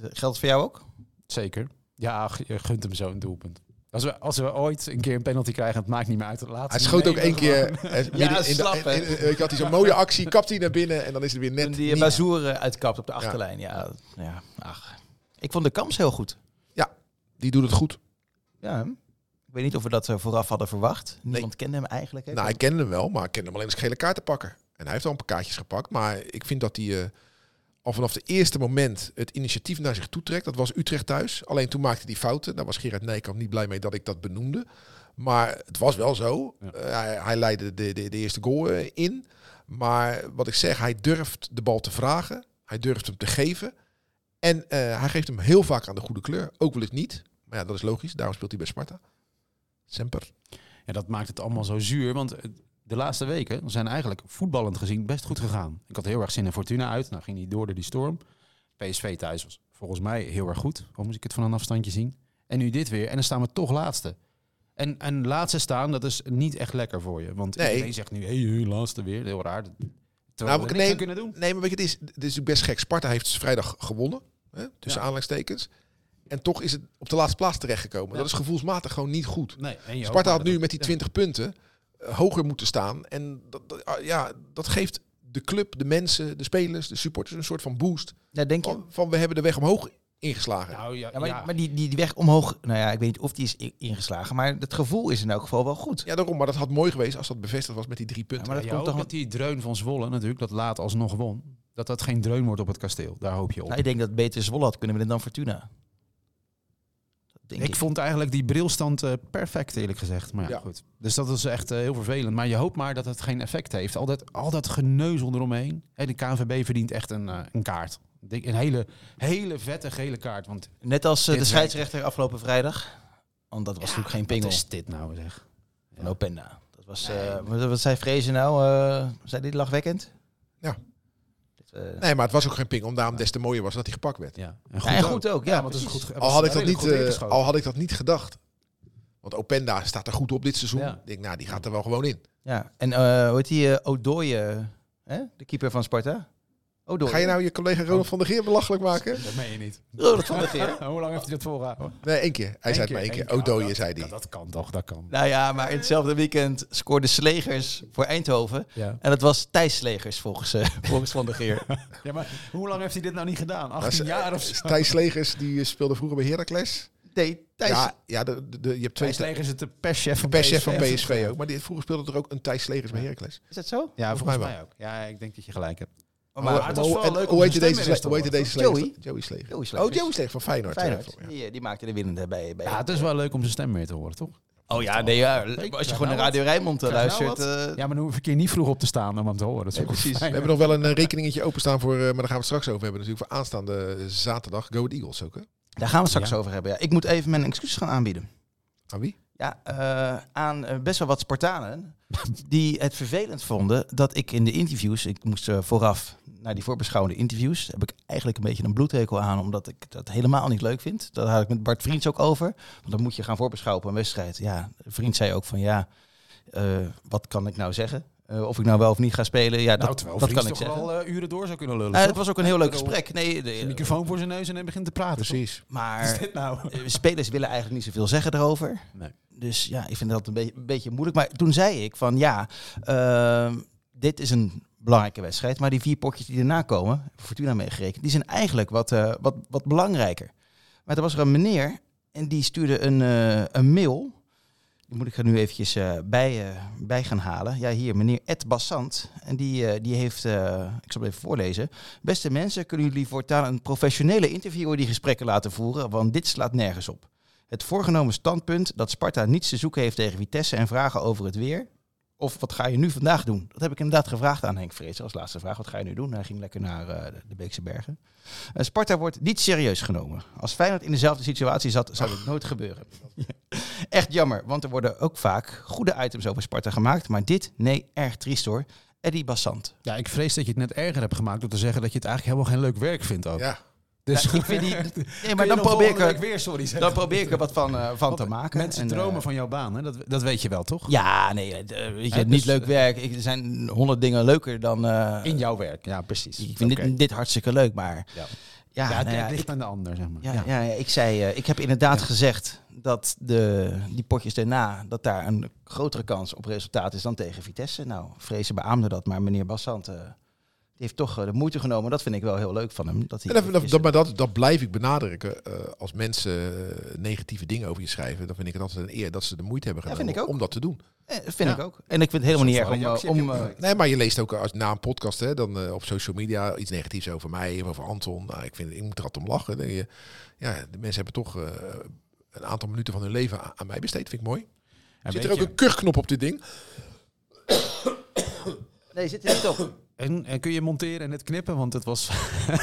Geldt het voor jou ook? Zeker. Ja, g- je gunt hem zo een doelpunt. Als we, als we ooit een keer een penalty krijgen, het maakt niet meer uit. Laat Hij ze schoot ook nemen één gewoon. (laughs) keer. eh, midden in de- slap, hè? in- in- ik had hij zo'n mooie actie, kapt hij naar binnen en dan is het weer Toen net. die niet. Bazoer eh, uitkapt op de achterlijn. Ja. Ja, ach. Ik vond de kans heel goed. Die doet het goed. Ja, hè? Ik weet niet of we dat eh, vooraf hadden verwacht. Niemand kende hem eigenlijk. Hè? Nou, ik kende hem wel, maar ik kende hem alleen als gele kaartenpakker. En hij heeft al een paar kaartjes gepakt. Maar ik vind dat hij eh, al vanaf het eerste moment het initiatief naar zich toe trekt. Dat was Utrecht thuis. Alleen toen maakte hij fouten. Daar was Gerard Nijkamp niet blij mee dat ik dat benoemde. Maar het was wel zo. Ja. Eh, hij, hij leidde de, de, de eerste goal eh, in. Maar wat ik zeg, hij durft de bal te vragen. Hij durft hem te geven. En eh, hij geeft hem heel vaak aan de goede kleur. Ook wel eens niet. Maar ja, dat is logisch. Daarom speelt hij bij Sparta. Semper. Ja, dat maakt het allemaal zo zuur. Want eh, de laatste weken zijn eigenlijk voetballend gezien best goed gegaan. Ik had heel erg zin in Fortuna uit. Nou ging die door door die storm. PSV thuis was volgens mij heel erg goed. Of moest ik het van een afstandje zien? En nu dit weer. En dan staan we toch laatste. En, en laatste staan, dat is niet echt lekker voor je. Want Nee. iedereen zegt nu, hé, hey, laatste weer. Heel raar. Terwijl Nou, ik- we niks nee, aan kunnen doen. Nee, maar weet je, het is, het is natuurlijk best gek. Sparta heeft dus vrijdag gewonnen, hè, tussen aanleidingstekens. En toch is het op de laatste plaats terechtgekomen. Dat is gevoelsmatig gewoon niet goed. Nee, en je hoopt Sparta maar had dat- nu met die 20 punten eh, hoger moeten staan. En dat, dat- ah, ja, dat geeft de club, de mensen, de spelers, de supporters een soort van boost. Ja, denk je? Van, van we hebben de weg omhoog ingeslagen. Nou, ja, Ja, maar ja. maar die, die, die weg omhoog, nou ja, ik weet niet of die is i- ingeslagen. Maar het gevoel is in elk geval wel goed. Ja, daarom. Maar dat had mooi geweest als dat bevestigd was met die drie punten. Ja, maar dat komt toch dat die dreun van Zwolle natuurlijk, dat laat alsnog won. Dat dat geen dreun wordt op het kasteel. Daar hoop je op. Nou, ik denk dat beter Zwolle had kunnen winnen dan Fortuna. denk ik. Ik vond eigenlijk die brilstand eh, perfect, eerlijk gezegd. Maar ja, Ja. goed. Dus dat is echt eh, heel vervelend. Maar je hoopt maar dat het geen effect heeft. Al dat, al dat geneuzel eromheen. Hé, de KNVB verdient echt een, eh, een kaart. Ik denk, Een hele, hele vette gele kaart. Want Net als eh, de Dit is- scheidsrechter afgelopen vrijdag. Want dat was Ja, natuurlijk geen wat pingel. is dit nou zeg? Van Openda. Dat was, eh, wat, wat zei Vrezen nou? eh zei dit lachwekkend? Ja. Dit, eh, Nee, maar het was ook geen ping. Om daarom des te mooier was dat hij gepakt werd. Ja, ja, en goed ook, ja. want het is goed, ge- Al had, ik dat redelijk niet, goed eh, ingeschoten. al had ik dat niet gedacht. Want Openda staat er goed op dit seizoen. Ja. Ik denk, nou, die gaat er wel gewoon in. Ja, en eh hoe heet die eh Odooie, hè? de keeper van Sparta? Odooie. Ga je nou je collega Ronald van der Geer belachelijk maken? Dat meen je niet. Ronald van der Geer. Hoe lang heeft hij dat volgehouden? Nee, één keer. Hij zei het maar één keer. Odoje, zei Ja, hij. dat kan toch, dat kan. (laughs) Nou ja, maar in hetzelfde weekend scoorde Slegers voor Eindhoven. Ja. En dat was Thijs Slegers volgens, eh, (laughs) volgens Van der Geer. ja, maar hoe lang heeft hij dit nou niet gedaan? 18 Nou, jaar of zo? Thijs Legers, die eh, speelde vroeger bij Heracles. Nee, Thijs. Ja, ja de, de- de- je hebt twee Thijs Legers is het de perschef van perschef PSV. van PSV ook. Maar die, vroeger speelde er ook een Thijs Legers bij Heracles. Is dat zo? Ja, Volgens mij ook. Ja, ik denk dat je gelijk hebt. Oh, Maar het was hoe- wel en leuk hoe om zijn heette stem deze, weer eens te hoe heette horen. deze Slegers? Joey? Joey Slegers. Joey Slegers. Oh, Joey Slegers van Feyenoord. Feyenoord. Ja. Die, eh, die maakte de winnende bij, bij Ja, het is wel leuk om zijn stem weer te horen, toch? Oh ja, nee, ja. als je Krijg gewoon nou naar Radio Rijnmond eh, Krijg nou luistert... eh, Ja, maar dan hoef ik hier niet vroeg op te staan om hem te horen. Dat is ook Precies. We fijn. hebben nog wel een eh, rekeningetje openstaan voor, eh, maar daar gaan we het straks over hebben. Natuurlijk voor aanstaande zaterdag. Go Ahead Eagles ook, hè? Daar gaan we het straks over hebben. Ja. Ik moet even mijn excuses gaan aanbieden. Aan wie? Ja, eh, aan eh, best wel wat (laughs) Spartanen die het vervelend vonden dat ik in de interviews, ik moest eh, vooraf naar die voorbeschouwende interviews, daar heb ik eigenlijk een beetje een bloedhekel aan, omdat ik dat helemaal niet leuk vind. Daar had ik met Bart Vriends ook over, want dan moet je gaan voorbeschouwen op een wedstrijd. Ja, Vriend zei ook van ja, eh, wat kan ik nou zeggen? Eh, of ik nou wel of niet ga spelen, ja, Nou, dat, terwijl dat Vries kan ik toch zeggen. wel eh, uren door zou kunnen lullen. Eh, het toch? was ook een heel leuk bedoel, gesprek. Nee, de- Een microfoon voor zijn neus en hij begint te praten. Precies. (laughs) toch? Wat is maar dit nou? eh, spelers willen eigenlijk niet zoveel zeggen erover. Nee. Dus ja, ik vind dat een, be- een beetje moeilijk. Maar toen zei ik van ja, ehm, dit is een belangrijke wedstrijd. Maar die vier potjes die erna komen, Fortuna meegerekend, die zijn eigenlijk wat, eh, wat, wat belangrijker. Maar er was er een meneer en die stuurde een, eh, een mail. Die moet ik er nu eventjes eh, bij, eh, bij gaan halen. Ja, hier, meneer Ed Bassant. En die, eh, die heeft, eh, ik zal het even voorlezen. Beste mensen, kunnen jullie voortaan een professionele interviewer die gesprekken laten voeren? Want dit slaat nergens op. Het voorgenomen standpunt dat Sparta niets te zoeken heeft tegen Vitesse en vragen over het weer. Of wat ga je nu vandaag doen? Dat heb ik inderdaad gevraagd aan Henk Vrees als laatste vraag. Wat ga je nu doen? Hij ging lekker naar eh, de Beekse Bergen. Eh, Sparta wordt niet serieus genomen. Als Feyenoord in dezelfde situatie zat, zou dit nooit gebeuren. (laughs) Echt jammer, want er worden ook vaak goede items over Sparta gemaakt. Maar dit, nee, erg triest hoor. Eddie Bassant. Ja, ik vrees dat je het net erger hebt gemaakt door te zeggen dat je het eigenlijk helemaal geen leuk werk vindt ook. Ja. Dus (laughs) Ja, ik vind die- Nee, Kun maar je dan nog probeer, ik volgende er, week weer sorry zeggen? dan probeer ik er wat van, eh, van te maken. Mensen En, eh, dromen van jouw baan, hè? Dat, dat weet je wel, toch? Ja, nee, eh, d- eh, weet je, Hè, niet dus, leuk eh, werk. Ik, er zijn honderd dingen leuker dan... eh, In jouw werk, ja, precies. ik vind Oké. dit, dit hartstikke leuk, maar... Ja. Ja, Ah, Ja, het, nou ja, het ik- ligt aan de ander, zeg maar. ja, ja. ja, ik zei... eh, ik heb inderdaad gezegd dat de, die potjes daarna... dat daar een grotere kans op resultaat is dan tegen Vitesse. Nou, Vrezen beaamde dat, maar meneer Bassant... eh, die heeft toch eh, de moeite genomen. Dat vind ik wel heel leuk van hem. Dat hij En dat, dat, eventjes- dat- maar dat, dat blijf ik benadrukken. Eh, als mensen eh, negatieve dingen over je schrijven, dan vind ik het altijd een eer dat ze de moeite hebben Ja, gedaan vind ik ook. om dat te doen. Eh, vind Ja. ik ook. En ik vind het helemaal niet erg Zo'n om... eh, reactie heb je om ook eh, nooit. Nee, maar je leest ook als, na een podcast hè, dan, eh, op social media iets negatiefs over mij of over Anton. Nou, ik, vind, ik moet er altijd om lachen. Dan denk je, ja, de mensen hebben toch eh, een aantal minuten van hun leven aan, aan mij besteed. Vind ik mooi. En Zit er weet ook je, een kuchknop op dit ding? nee, zit er niet op. En, en kun je monteren en het knippen? Want het was (laughs)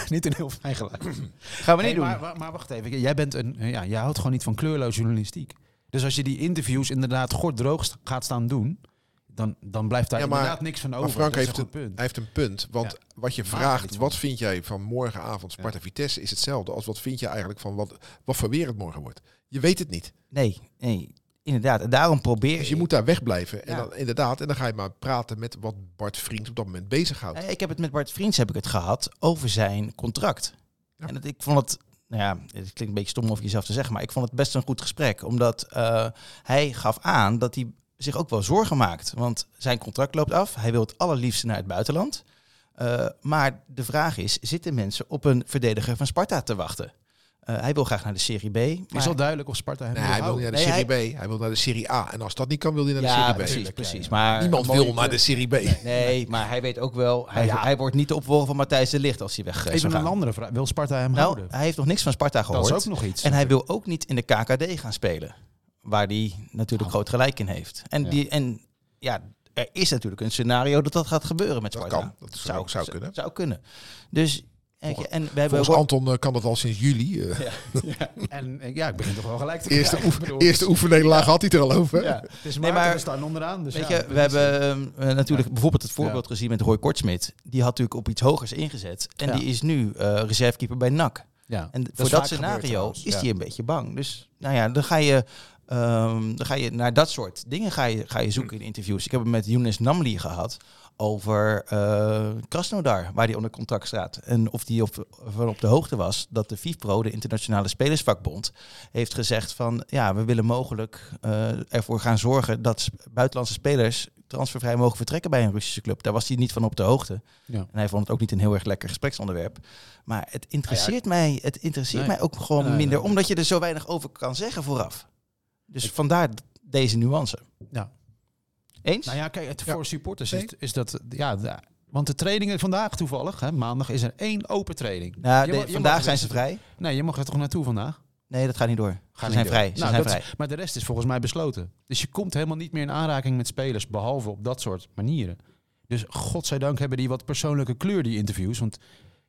niet een heel fijn geluid. (coughs) Gaan we niet Hey, doen. maar, wa- maar wacht even, jij bent een, eh, ja, jij houdt gewoon niet van kleurloos journalistiek. Dus als je die interviews inderdaad gorddroog st- gaat staan doen, dan, dan blijft daar Ja, maar- inderdaad niks van over. Maar Frank Dat is heeft een een, goed punt. hij heeft een punt. Want Ja. wat je Maak er iets vraagt, van. wat vind jij van morgenavond Sparta-Vitesse, is hetzelfde als wat vind je eigenlijk van wat, wat voor weer het morgen wordt. Je weet het niet. Nee, nee, inderdaad. En daarom probeer Dus je ik- moet daar wegblijven. En Ja. dan inderdaad, en dan ga je maar praten met wat Bart Vriend op dat moment bezighoudt. Nou ja, ik heb het met Bart Vriends heb ik het gehad over zijn contract. Ja. En dat, ik vond het, nou ja, het klinkt een beetje stom om over jezelf te zeggen, maar ik vond het best een goed gesprek. Omdat eh, hij gaf aan dat hij zich ook wel zorgen maakt. Want zijn contract loopt af. Hij wil het allerliefste naar het buitenland. Eh, maar de vraag is, zitten mensen op een verdediger van Sparta te wachten? Eh, Eh, hij wil graag naar de Serie B. Is al duidelijk of Sparta hem Nee, wil hij wil houden. niet naar de Nee, Serie B. Hij wil naar de Serie A. En als dat niet kan, wil hij naar de ja, Serie B. precies, precies. Maar Niemand een mooie wil naar de club. Serie B. Nee, maar hij weet ook wel, hij, hij wordt niet de opvolger van Matthijs de Ligt als hij weg eh, zou Even gaan. een andere vraag. Wil Sparta hem Nou, houden? hij heeft nog niks van Sparta Dat gehoord. is ook nog iets. En hij wil ook niet in de KKD gaan spelen. Waar hij natuurlijk groot gelijk in heeft. En, Oh. Ja. Die, en ja, er is natuurlijk een scenario dat dat gaat gebeuren met Dat Sparta. kan. Dat zou- zou kunnen. Zou kunnen. Dus, en, Volgens- en we hebben Volgens Anton eh, kan dat al sinds juli. eh. En eh, ja, ik begin toch wel gelijk te Eerste, krijgen. Ik bedoel, dus- eerste oefennederlaag had hij het er al over. Ja, het is Nee, maar, maar- we staan onderaan. Dus Weet ja, je, dat we is- hebben ehm, eh, natuurlijk Ja. bijvoorbeeld het voorbeeld gezien met Roy Kortsmit. Die had natuurlijk op iets hogers ingezet. En Ja. die is nu eh, reservekeeper bij NAC. Ja. En is voor vaak dat gebeurd scenario trouwens, is ja. hij een beetje bang. Dus nou ja, dan ga je, ehm, dan ga je naar dat soort dingen ga je, ga je zoeken in interviews. Ik heb het met Younes Namli gehad over eh, Krasnodar, waar hij onder contract staat. En of hij op, van op de hoogte was dat de FIFPro, de Internationale Spelersvakbond, heeft gezegd van ja, we willen mogelijk eh, ervoor gaan zorgen dat s- buitenlandse spelers transfervrij mogen vertrekken bij een Russische club. Daar was hij niet van op de hoogte. Ja. En hij vond het ook niet een heel erg lekker gespreksonderwerp. Maar het interesseert mij, het interesseert Nee. mij ook gewoon Nee, nee, minder, nee. omdat je er zo weinig over kan zeggen vooraf. Dus vandaar d- deze nuance. Ja. Eens? Nou ja, kijk, het, Ja. voor supporters Nee. is, is dat... Ja, de- want de trainingen vandaag toevallig, hè, maandag, is er één open training. Nou, Je de- mag- je vandaag mag zijn ze best- vrij. Nee, je mag er toch naartoe vandaag? Nee, dat gaat niet door. Gaat ze niet zijn door. vrij. Ze Nou, zijn dat vrij. is- maar de rest is volgens mij besloten. Dus je komt helemaal niet meer in aanraking met spelers, behalve op dat soort manieren. Dus godzijdank hebben die wat persoonlijke kleur, die interviews. Want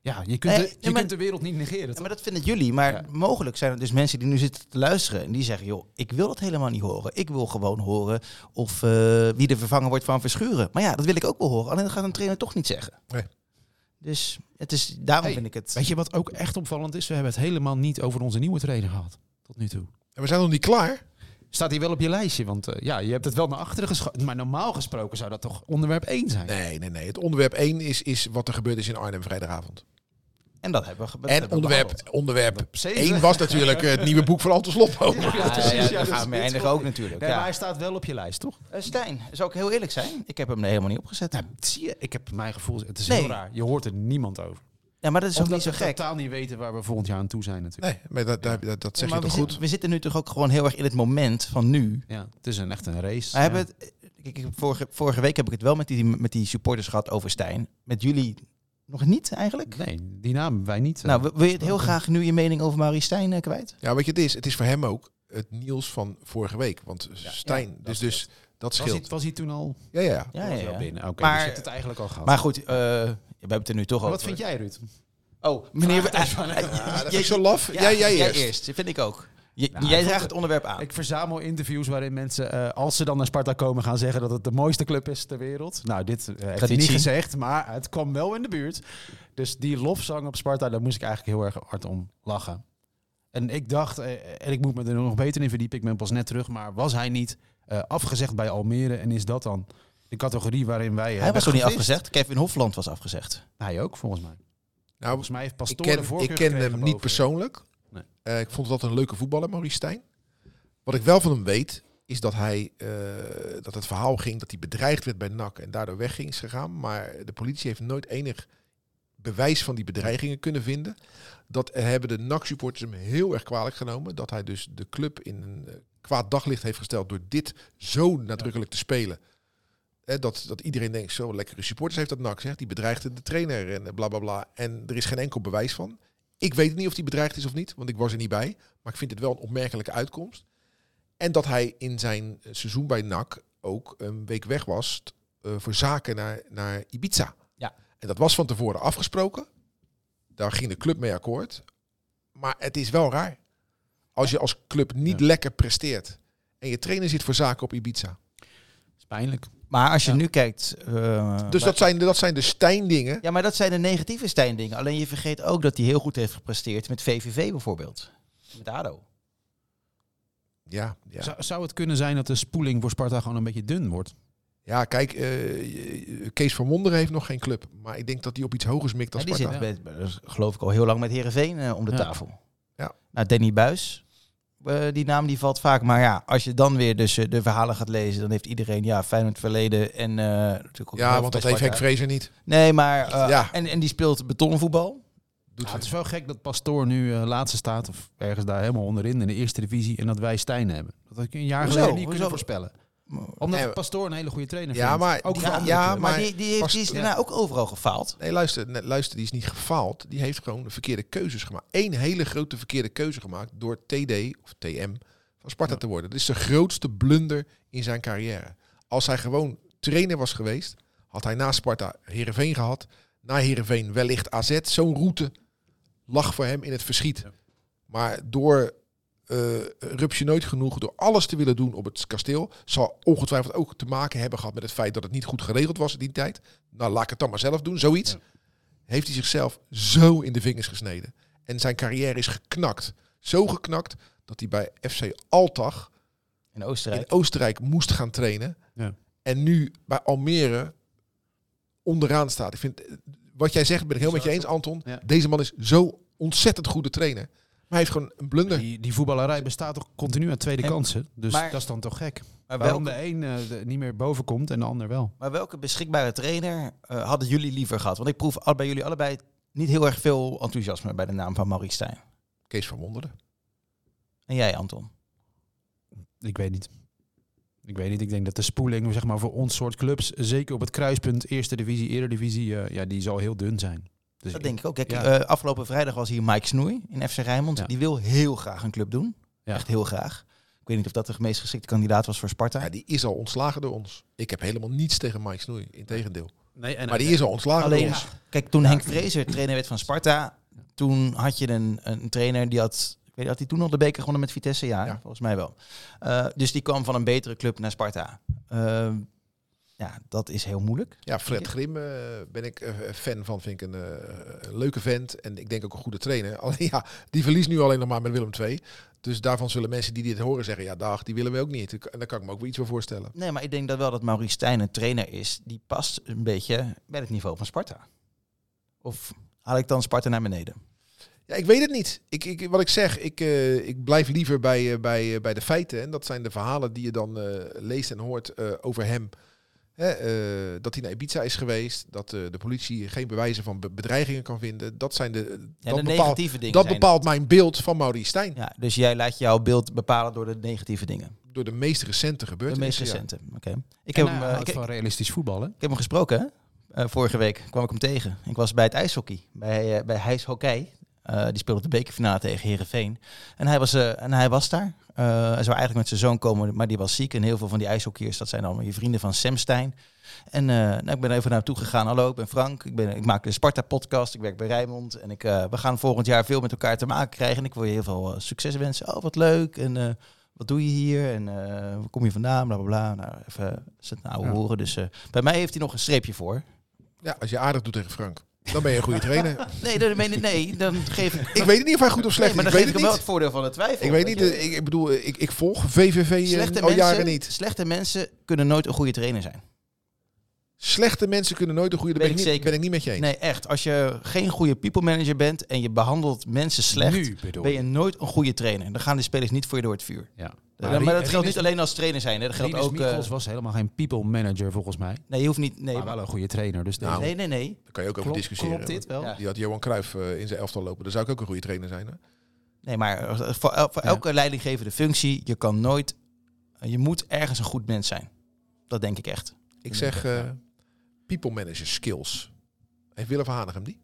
ja, je kunt, Nee, de, nee, je maar- kunt de wereld niet negeren. Ja, toch? maar dat vinden jullie. Maar Ja. mogelijk zijn er dus mensen die nu zitten te luisteren en die zeggen, joh, ik wil dat helemaal niet horen. Ik wil gewoon horen of eh, wie de vervanger wordt van Verschuren. Maar ja, dat wil ik ook wel horen. Alleen dat gaat een trainer toch niet zeggen. Nee. Dus het is, daarom Hey, vind ik het... Weet je wat ook echt opvallend is? We hebben het helemaal niet over onze nieuwe trainer gehad. Tot nu toe. En we zijn nog niet klaar. Staat hij wel op je lijstje? Want eh, ja, je hebt het wel naar achteren geschoten. Maar normaal gesproken zou dat toch onderwerp 1 zijn? Nee, nee, nee. Het onderwerp 1 is, is wat er gebeurd is in Arnhem vrijdagavond. En dat hebben we ge- dat En hebben we behandeld. onderwerp, onderwerp Zeven. 1 was natuurlijk eh, het nieuwe boek van Anton Slotboom. Ja, Ja, precies, ja, ja, daar dat gaan is we mee iets eindigen ook natuurlijk. Nee, maar ja. hij staat wel op je lijst, toch? Eh, Stijn, zou ik heel eerlijk zijn? Ik heb hem er helemaal niet opgezet. Nou, zie je, ik heb mijn gevoel... Het is Nee. heel raar. Je hoort er niemand over. Ja, maar dat is ook niet Omdat zo we gek. totaal niet weten waar we volgend jaar aan toe zijn natuurlijk. Nee, maar dat, dat, dat, dat zeg Maar je we, toch zitten- goed? we zitten nu toch ook gewoon heel erg in het moment van nu. Ja, het is een, echt een race. We Ja. hebben het, eh, ik, ik- vorige, vorige week heb ik het wel met die, met die supporters gehad over Stijn. Met jullie nog niet eigenlijk? Nee, die namen wij niet. eh. Nou, wil- wil je het heel Oké. graag nu je mening over Marie Stijn eh, kwijt? Ja, weet je, het is, het is voor hem ook het nieuws van vorige week. Want Stijn, dat dus, dus dat was, hij, scheelt. was hij toen al Ja, ja, ja. Ja, was ja, wel ja. binnen? Oké, Maar- dus je hebt het eigenlijk al gehad. Maar goed, eh, we hebben het er nu toch over. wat vind jij, Ruud? Oh, meneer... (laughs) Ah, dat eh, vind jij- ik zo laf. ja, jij, jij Jij eerst. eerst, dat vind ik ook. Je- Nou, jij ik draagt vond- het onderwerp aan. Ik verzamel interviews waarin mensen, eh, als ze dan naar Sparta komen, gaan zeggen dat het de mooiste club is ter wereld. Nou, dit eh, heeft hij niet Traditie. gezegd, maar het kwam wel in de buurt. Dus die lofzang op Sparta, daar moest ik eigenlijk heel erg hard om lachen. En ik dacht, eh, en ik moet me er nog beter in verdiepen, ik ben pas net terug, maar was hij niet eh, afgezegd bij Almere? En is dat dan de categorie waarin wij... eh, Hij was werden toch niet gevist? afgezegd? Kevin Hofland was afgezegd. Hij ook, volgens mij. Nou, Volgens mij heeft ik Pastoor de ken, voorkeur ik ken gekregen hem niet boven- persoonlijk. Nee. Eh, ik vond dat een leuke voetballer, Maurice Stijn. Wat ik wel van hem weet, is dat, hij, eh, dat het verhaal ging dat hij bedreigd werd bij NAC en daardoor wegging is gegaan. Maar de politie heeft nooit enig bewijs van die bedreigingen kunnen vinden. Dat eh, hebben de NAC-supporters hem heel erg kwalijk genomen. Dat hij dus de club in een eh, kwaad daglicht heeft gesteld door dit zo nadrukkelijk te spelen. Hè, dat, dat iedereen denkt, zo lekkere supporters heeft dat NAC zegt. Die bedreigde de trainer en eh, bla bla bla. En er is geen enkel bewijs van. Ik weet niet of hij bedreigd is of niet, want ik was er niet bij. Maar ik vind het wel een opmerkelijke uitkomst. En dat hij in zijn eh, seizoen bij NAC ook een week weg was t- eh, voor zaken naar, naar Ibiza. Ja. En dat was van tevoren afgesproken. Daar ging de club mee akkoord. Maar het is wel raar. Als je als club niet lekker presteert en je trainer zit voor zaken op Ibiza. Dat is pijnlijk. Maar als je Ja. nu kijkt... eh, Dus dat zijn, de- dat zijn de Stijn-dingen. Ja, maar dat zijn de negatieve Stijn-dingen. Alleen je vergeet ook dat hij heel goed heeft gepresteerd met VVV bijvoorbeeld. Met ADO. Ja, ja. Zou, zou het kunnen zijn dat de spoeling voor Sparta gewoon een beetje dun wordt? ja kijk, eh, Kees van Wonderen heeft nog geen club. Maar ik denk dat hij op iets hogers mikt dan Ja, die Sparta. zit, met, dat geloof ik, al heel lang met Herenveen om de Ja. tafel. Ja. Nou, Danny Buis, eh, die naam die valt vaak. Maar ja, als je dan weer dus eh, de verhalen gaat lezen, dan heeft iedereen ja, Feyenoord verleden en eh, natuurlijk ook Ja, heel want veel dat heeft Sparta. Henk Vrezer niet. Nee, maar eh, Ja. en, en die speelt betonvoetbal. Doet Ja, ze. het is wel gek dat Pastoor nu eh, laatste staat, of ergens daar helemaal onderin in de eerste divisie, en dat wij Stijn hebben. Dat had ik een jaar Hoezo? geleden niet kunnen Hoezo? voorspellen. Omdat Nee, Pastoor een hele goede trainer Ja, vindt. maar Ook die- voor ja, andere ja, clubs. maar- Maar, die, die, heeft, die is Ja. daarna ook overal gefaald. Nee, luister, nee, luister, die is niet gefaald. Die heeft gewoon de verkeerde keuzes gemaakt. Eén hele grote verkeerde keuze gemaakt door TD of TM van Sparta te worden. Dat is de grootste blunder in zijn carrière. Als hij gewoon trainer was geweest, had hij na Sparta Herenveen gehad. Na Herenveen wellicht AZ. Zo'n route lag voor hem in het verschiet. Ja. Maar door eh rupsje nooit genoeg, door alles te willen doen op het kasteel, zal ongetwijfeld ook te maken hebben gehad met het feit dat het niet goed geregeld was in die tijd. Nou, laat ik het dan maar zelf doen, zoiets. Ja. Heeft hij zichzelf zo in de vingers gesneden. En zijn carrière is geknakt. Zo geknakt dat hij bij FC Altach In Oostenrijk. in Oostenrijk moest gaan trainen. Ja. En nu bij Almere onderaan staat. Ik vind, eh, wat jij zegt, ben ik heel met je eens, Anton. Ja. Deze man is zo ontzettend goede trainer. Maar hij heeft gewoon een blunder. Die, die voetballerij bestaat toch continu uit tweede En- kansen. Dus maar- dat is dan toch gek. maar, Waarom welke, de een eh, de- niet meer boven komt en de ander wel. maar welke beschikbare trainer eh, hadden jullie liever gehad? Want ik proef al- bij jullie allebei niet heel erg veel enthousiasme bij de naam van Maurice Stijn. Kees van Wonderen. En jij, Anton? Ik weet niet. Ik weet niet. Ik denk dat de spoeling zeg maar, voor ons soort clubs, zeker op het kruispunt eerste divisie, eredivisie, divisie, ja, die zal heel dun zijn. Dus Dat ik- denk ik ook. Kijk, ja. eh, afgelopen vrijdag was hier Mike Snoei in FC Rijnmond. Ja. Die wil heel graag een club doen. Ja. Echt heel graag. Ik weet niet of dat de meest geschikte kandidaat was voor Sparta. Ja, die is al ontslagen door ons. Ik heb helemaal niets tegen Mike Snoei. Integendeel. Nee, en Maar die is al ontslagen Alleen, door ons. kijk, toen Henk Vrezer trainer werd van Sparta, toen had je een, een trainer die had, ik weet had hij toen al de beker gewonnen met Vitesse? Ja, Ja. volgens mij wel. Eh, dus die kwam van een betere club naar Sparta. Ehm, ja, dat is heel moeilijk. Ja, Fred Grim eh, ben ik eh, fan van. Vind ik een, eh, een leuke vent. En ik denk ook een goede trainer. (laughs) Alleen ja, die verliest nu alleen nog maar met Willem II. Dus daarvan zullen mensen die dit horen zeggen... Ja, dag, die willen we ook niet. En daar kan ik me ook wel iets voor voorstellen. Nee, maar ik denk dat wel dat Maurice Stijn een trainer is die past een beetje bij het niveau van Sparta. Of haal ik dan Sparta naar beneden? Ja, ik weet het niet. Ik, ik, wat ik zeg, ik, eh, ik blijf liever bij, eh, bij, eh, bij de feiten. En dat zijn de verhalen die je dan eh, leest en hoort eh, over hem. Hè, eh, dat hij naar Ibiza is geweest. Dat eh, de politie geen bewijzen van be- bedreigingen kan vinden. Dat zijn de... Ja, dat de bepaalt, negatieve dingen. dat zijn bepaalt mijn beeld van Maurice Stijn. het. Ja, dus jij laat jouw beeld bepalen door de negatieve dingen. Door de meest recente De meest gebeurtenissen. ja. recente. Oké. Ik ik heb heb hem. eh, ik- van realistisch voetbal, hè? Ik heb hem gesproken. hè? Eh, vorige week kwam ik hem tegen. Ik was bij het ijshockey, bij, eh bij Hijs Hockey. Eh, die speelde de bekerfinale tegen Herenveen. En hij was, eh, en hij was daar. Eh, hij zou eigenlijk met zijn zoon komen, maar die was ziek. En heel veel van die ijshockeyers, dat zijn allemaal je vrienden van Semstein. En eh, nou, ik ben even naartoe gegaan. Hallo, ik ben Frank. Ik, ben, ik maak de Sparta-podcast. Ik werk bij Rijnmond. En ik, eh, we gaan volgend jaar veel met elkaar te maken krijgen. En ik wil je heel veel eh, succes wensen. Oh, wat leuk. En eh, wat doe je hier? En eh, waar kom je vandaan? Bla, bla, bla. Nou, even zet nou Ja. horen. Dus eh, bij mij heeft hij nog een streepje voor. Ja, als je aardig doet tegen Frank, dan ben je een goede (laughs) trainer. Nee, dat meen ik, nee dan geef ik... (laughs) ik weet niet of hij goed of Nee, slecht maar is. dan geef Ik ik weet het hem wel niet. het voordeel van de twijfel. Ik weet weet niet. je. eh, Ik, ik bedoel, eh, ik, ik volg VVV eh, Slechte al mensen, jaren niet. Slechte mensen kunnen nooit een goede trainer zijn. Slechte mensen kunnen nooit een goede. Daar Weet ben, ik ik niet, zeker. ben ik niet met je eens. Nee, echt. Als je geen goede people manager bent en je behandelt mensen slecht... Nu bedoel ben je nooit een goede trainer. Dan gaan die spelers niet voor je door het vuur. Ja. Maar, maar dat geldt niet alleen als trainer zijn. Hè. Dat geldt ook... eh, was helemaal geen people manager volgens mij. nee, je hoeft niet... Nee, Maar wel een goede trainer. Dus Nou, nee, nee, nee. Daar kan Ah, je ook over discussiëren. klopt dit wel? Ja. Die had Johan Cruijff eh, in zijn elftal lopen. Dan zou ik ook een goede trainer zijn. Hè? Nee, maar eh, voor, el- voor Ja. elke leidinggevende functie, je kan nooit... eh, Je moet ergens een goed mens zijn. Dat denk ik echt. Ik zeg eh, people manager skills. Heeft Willem van Hanegem die?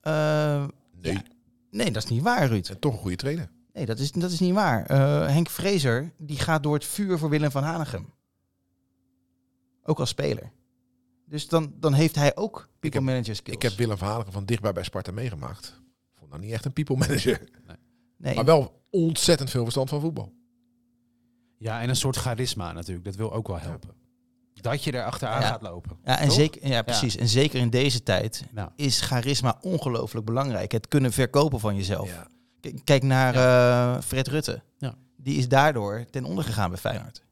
Eh, Nee. Ja. nee, dat is niet waar, Ruud. En toch een goede trainer. Nee, dat is, dat is niet waar. Eh, Henk Vrezer die gaat door het vuur voor Willem van Hanegem. Ook als speler. Dus dan, dan heeft hij ook people heb- manager skills. Ik heb Willem van Hanegem van dichtbij bij Sparta meegemaakt. Vond nou niet echt een people manager. nee, Maar wel ontzettend veel verstand van voetbal. Ja, en een soort charisma natuurlijk. Dat wil ook wel helpen. Dat je erachter aan Ja. gaat lopen. Nou, ja, en toch? zeker, ja, precies. En zeker in deze tijd Ja. is charisma ongelooflijk belangrijk. Het kunnen verkopen van jezelf. Ja. K- Kijk naar eh, Fred Rutte. Ja. Die is daardoor ten onder gegaan bij Feyenoord.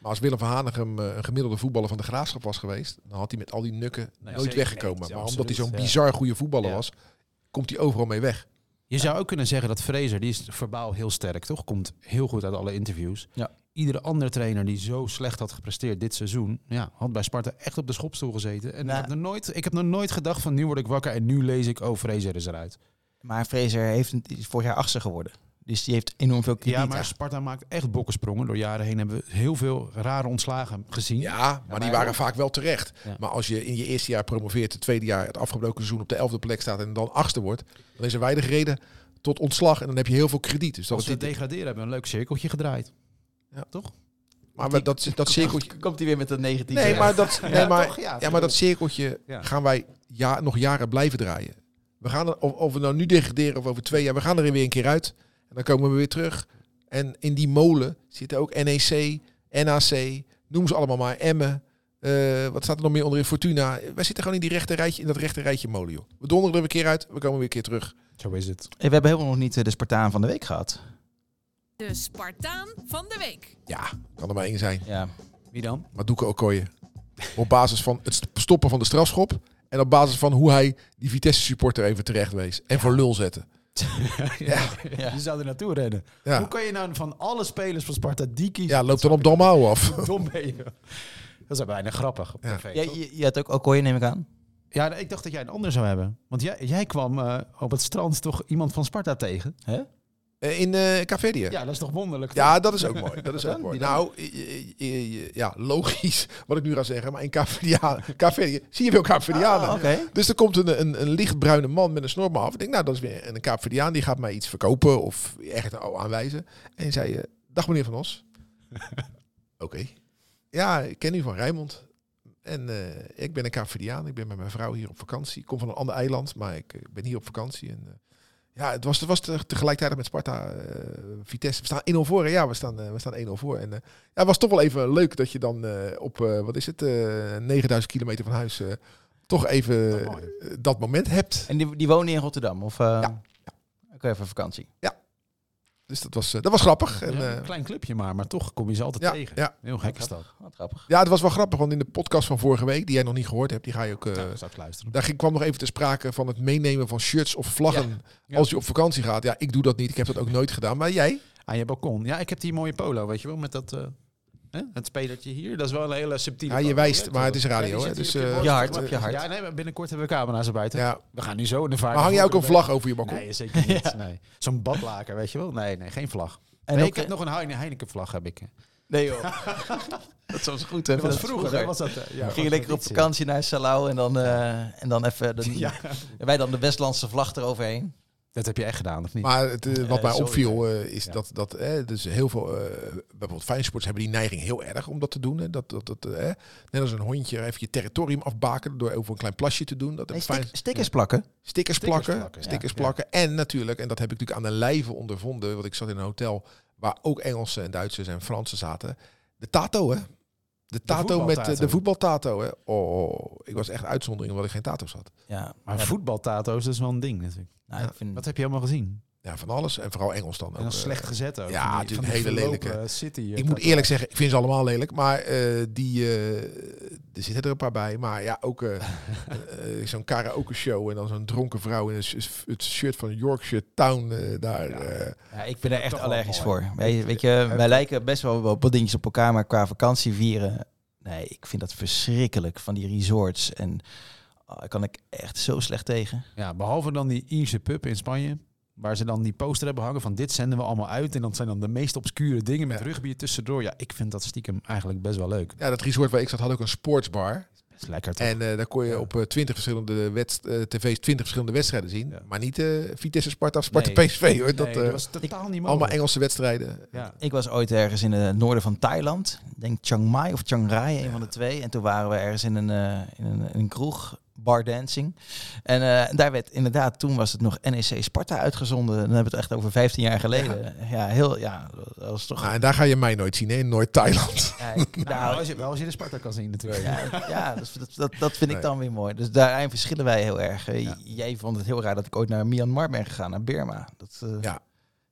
Maar als Willem van Hanegem eh, een gemiddelde voetballer van de Graafschap was geweest, dan had hij met al die nukken Nee, nooit zeker. weggekomen. Nee, maar absoluut, omdat hij zo'n ja. bizar goede voetballer Ja. was, komt hij overal mee weg. Je zou ook kunnen zeggen dat Fraser, die is verbaal heel sterk, toch? Komt heel goed uit alle interviews. Ja. Iedere andere trainer die zo slecht had gepresteerd dit seizoen, ja, had bij Sparta echt op de schopstoel gezeten. En Nou. ik, heb nog nooit, ik heb nog nooit gedacht van nu word ik wakker en nu lees ik, oh, Fraser is eruit. Maar Fraser heeft een- is vorig jaar achtste geworden. Dus die heeft enorm veel krediet. Ja, maar Sparta maakt echt bokkensprongen. Door jaren heen hebben we heel veel rare ontslagen gezien. Ja, maar, die waren vaak wel terecht. Ja. Maar als je in je eerste jaar promoveert, het tweede jaar, het afgebroken seizoen op de elfde plek staat en dan achtste wordt, dan is er weinig reden tot ontslag en dan heb je heel veel krediet. Dus dat Als is we niet- degraderen hebben we een leuk cirkeltje gedraaid. Ja. Toch? maar we- dat, (laughs) dat cirkeltje. Komt hij weer met dat negatieve? Nee, maar dat, nee, maar, toch? Ja, ja, maar tuurlijk. dat cirkeltje Ja. gaan wij ja, nog jaren blijven draaien. We gaan er, of, of we nou nu degraderen of over twee jaar, we gaan er weer een keer uit. En dan komen we weer terug. En in die molen zitten ook E NEC, NAC, noem ze allemaal maar, Emmen. Eh, wat staat er nog meer onderin? Fortuna. Wij zitten gewoon in, die rechte rijtje, in dat rechte rijtje molen, joh. We donderen er weer een keer uit, we komen weer een keer terug. Zo is het. We hebben helemaal nog niet eh, de Spartaan van de week gehad. De Spartaan van de week. Ja, kan er maar één zijn. Ja. Wie (laughs) dan? Maar Doeke Okoye. Op basis van het st- stoppen van de strafschop. En op basis van hoe hij die Vitesse supporter even terecht wees. En voor lul zetten. Je zou er naartoe rennen. Ja. Hoe kan je nou van alle spelers van Sparta die kiezen? Ja, loopt dan op Dalmau af. (laughs) Dom ben je. Dat is bijna grappig. Perfect, Ja, toch? je, je had ook Okoye, neem ik aan. Ja, ik dacht dat jij een ander zou hebben. Want jij, jij kwam eh, op het strand toch iemand van Sparta tegen? Hè? Eh, In eh Caverdië. Ja. Ja, dat is toch wonderlijk? dat is ook mooi. Dat is ook mooi. Nou, eh, eh, eh, ja, logisch wat ik nu ga zeggen. Maar in Caverdië Caverdië- zie je veel Caverdianen. Ah, oké. Dus er komt een, een, een lichtbruine man met een snor maar af. Ik denk, nou, dat is weer een Kaapverdiaan. Die gaat mij iets verkopen of echt nou aanwijzen. En zei, eh, dag meneer Van (laughs) Os. Oké. Ja, ik ken u van Rijmond. En eh, ik ben een Kaapverdiaan. Ik ben met mijn vrouw hier op vakantie. Ik kom van een ander eiland, maar ik eh, ben hier op vakantie. En, eh, ja, het was, het was te- tegelijkertijd met Sparta, eh, Vitesse. We staan 1-0 voor. hè? Ja, we staan, eh, we staan 1-0 voor. En eh, ja, het was toch wel even leuk dat je dan eh, op, eh, wat is het, eh 9000 kilometer van huis... eh, toch even Dat is mooi. eh, dat moment hebt. En die, die woonde in Rotterdam? Of, eh Ja. Oké, even vakantie. Dus dat was, eh, dat was grappig. En, Ja, eh, een klein clubje maar, maar toch kom je ze altijd ja, tegen. ja. Heel gek is dat. Oh, Wat grappig. ja, het was wel grappig, want in de podcast van vorige week, die jij nog niet gehoord hebt, die ga je ook... eh, Nou, straks luisteren. daar ging, kwam nog even te sprake van het meenemen van shirts of vlaggen Ja. als je op vakantie gaat. Ja, ik doe dat niet. Ik heb dat ook nooit gedaan. Maar jij? Aan je balkon. Ja, ik heb die mooie polo, weet je wel, met dat... eh, hè, het spelertje hier, dat is wel een hele subtiele... Ja, je polo, wijst, hè, maar het is toch? Ja, radio, die hè, zit dus, hier op eh, Je hart, borst. op je hart. Ja, nee, maar binnenkort hebben we camera's erbuiten. Ja. We gaan nu zo in de vaart. Maar hang jij ook een vlag over je balkon? Nee, zeker niet. (laughs) Nee. Zo'n badlaken, weet je wel? Nee, nee, geen vlag. En nee, ook, ik heb eh, nog een Heine- Heineken vlag, heb ik. Nee joh. (laughs) dat was goed hè. Dat was vroeger, hè, was dat? eh, ja, We was gingen lekker op traditie. vakantie naar Salau en dan, eh, en dan even... de- Ja. en wij dan de Westlandse vlag eroverheen. Dat heb je echt gedaan, of niet? Maar het, eh, wat Eh, mij sorry. opviel eh, is Ja. dat, dat eh, dus heel veel, eh bijvoorbeeld fijnsports hebben die neiging heel erg om dat te doen. Hè? Dat, dat, dat, eh, net als een hondje even je territorium afbaken door over een klein plasje te doen. Dat Nee, hebben stik- Feyenoord- stickers plakken. Stickers Stickers plakken, plakken, ja. stickers plakken. En natuurlijk, en dat heb ik natuurlijk aan de lijve ondervonden, want ik zat in een hotel waar ook Engelsen en Duitsers en Fransen zaten. De tato, hè? De tato met eh, voetbaltato. de voetbaltato, hè? Oh, ik was echt uitzondering omdat ik geen tato's had. Ja, Maar ja, voetbaltato's, dat is wel een ding natuurlijk. nou, ik vind, Wat heb je allemaal gezien? Ja, van alles. En vooral Engels dan ook. En dan eh. slecht gezet ook. ja, Van die- natuurlijk van die hele verlopen, lelijke. eh, City. eh, Ik moet eerlijk zeggen, ik vind ze allemaal lelijk, maar eh, die, eh, er zitten er een paar bij. Maar ja, ook (laughs) eh, eh, zo'n karaoke show en dan zo'n dronken vrouw in een s- het shirt van Yorkshire Town eh, daar. eh. ja, ik ben er echt toch wel allergisch mooi. voor. Wij, weet je, wij lijken best wel wel op wat dingetjes op elkaar, maar qua vakantie vieren... Nee, ik vind dat verschrikkelijk, van die resorts. En ah, daar kan ik echt zo slecht tegen. Ja, behalve dan die Ierse pub in Spanje. Waar ze dan die poster hebben hangen van dit zenden we allemaal uit. En dat zijn dan de meest obscure dingen met Ja. rugby er tussendoor. Ja, ik vind dat stiekem eigenlijk best wel leuk. ja, dat resort waar ik zat had ook een sportsbar. Best lekker toch? En eh, daar kon je Ja. op eh, 20 verschillende wedst- eh, tv's 20 verschillende wedstrijden zien. Ja. Maar niet eh, Vitesse, Sparta of Sparta PSV hoor. Dat, Nee, eh, was totaal niet allemaal mogelijk. Engelse wedstrijden. Ja. Ik was ooit ergens in het noorden van Thailand. Ik denk Chiang Mai of Chiang Rai, een van de twee. En toen waren we ergens in een, eh, in een, in een kroeg, bar dancing. En eh, daar werd inderdaad, toen was het nog NEC Sparta uitgezonden. Dan hebben we het echt over 15 jaar geleden. Ja, heel, ja, dat was toch... Ah, en daar ga je mij nooit zien, hè? in Noord-Thailand. Ja, ik- Nou, nou, als je, wel als je de Sparta kan zien natuurlijk. ja, (laughs) ik- ja, dus dat, dat, dat vind ik Nee. dan weer mooi. Dus daarin verschillen wij heel erg. Eh, Ja. Jij vond het heel raar dat ik ooit naar Myanmar ben gegaan, naar Burma. Dat, eh, Ja.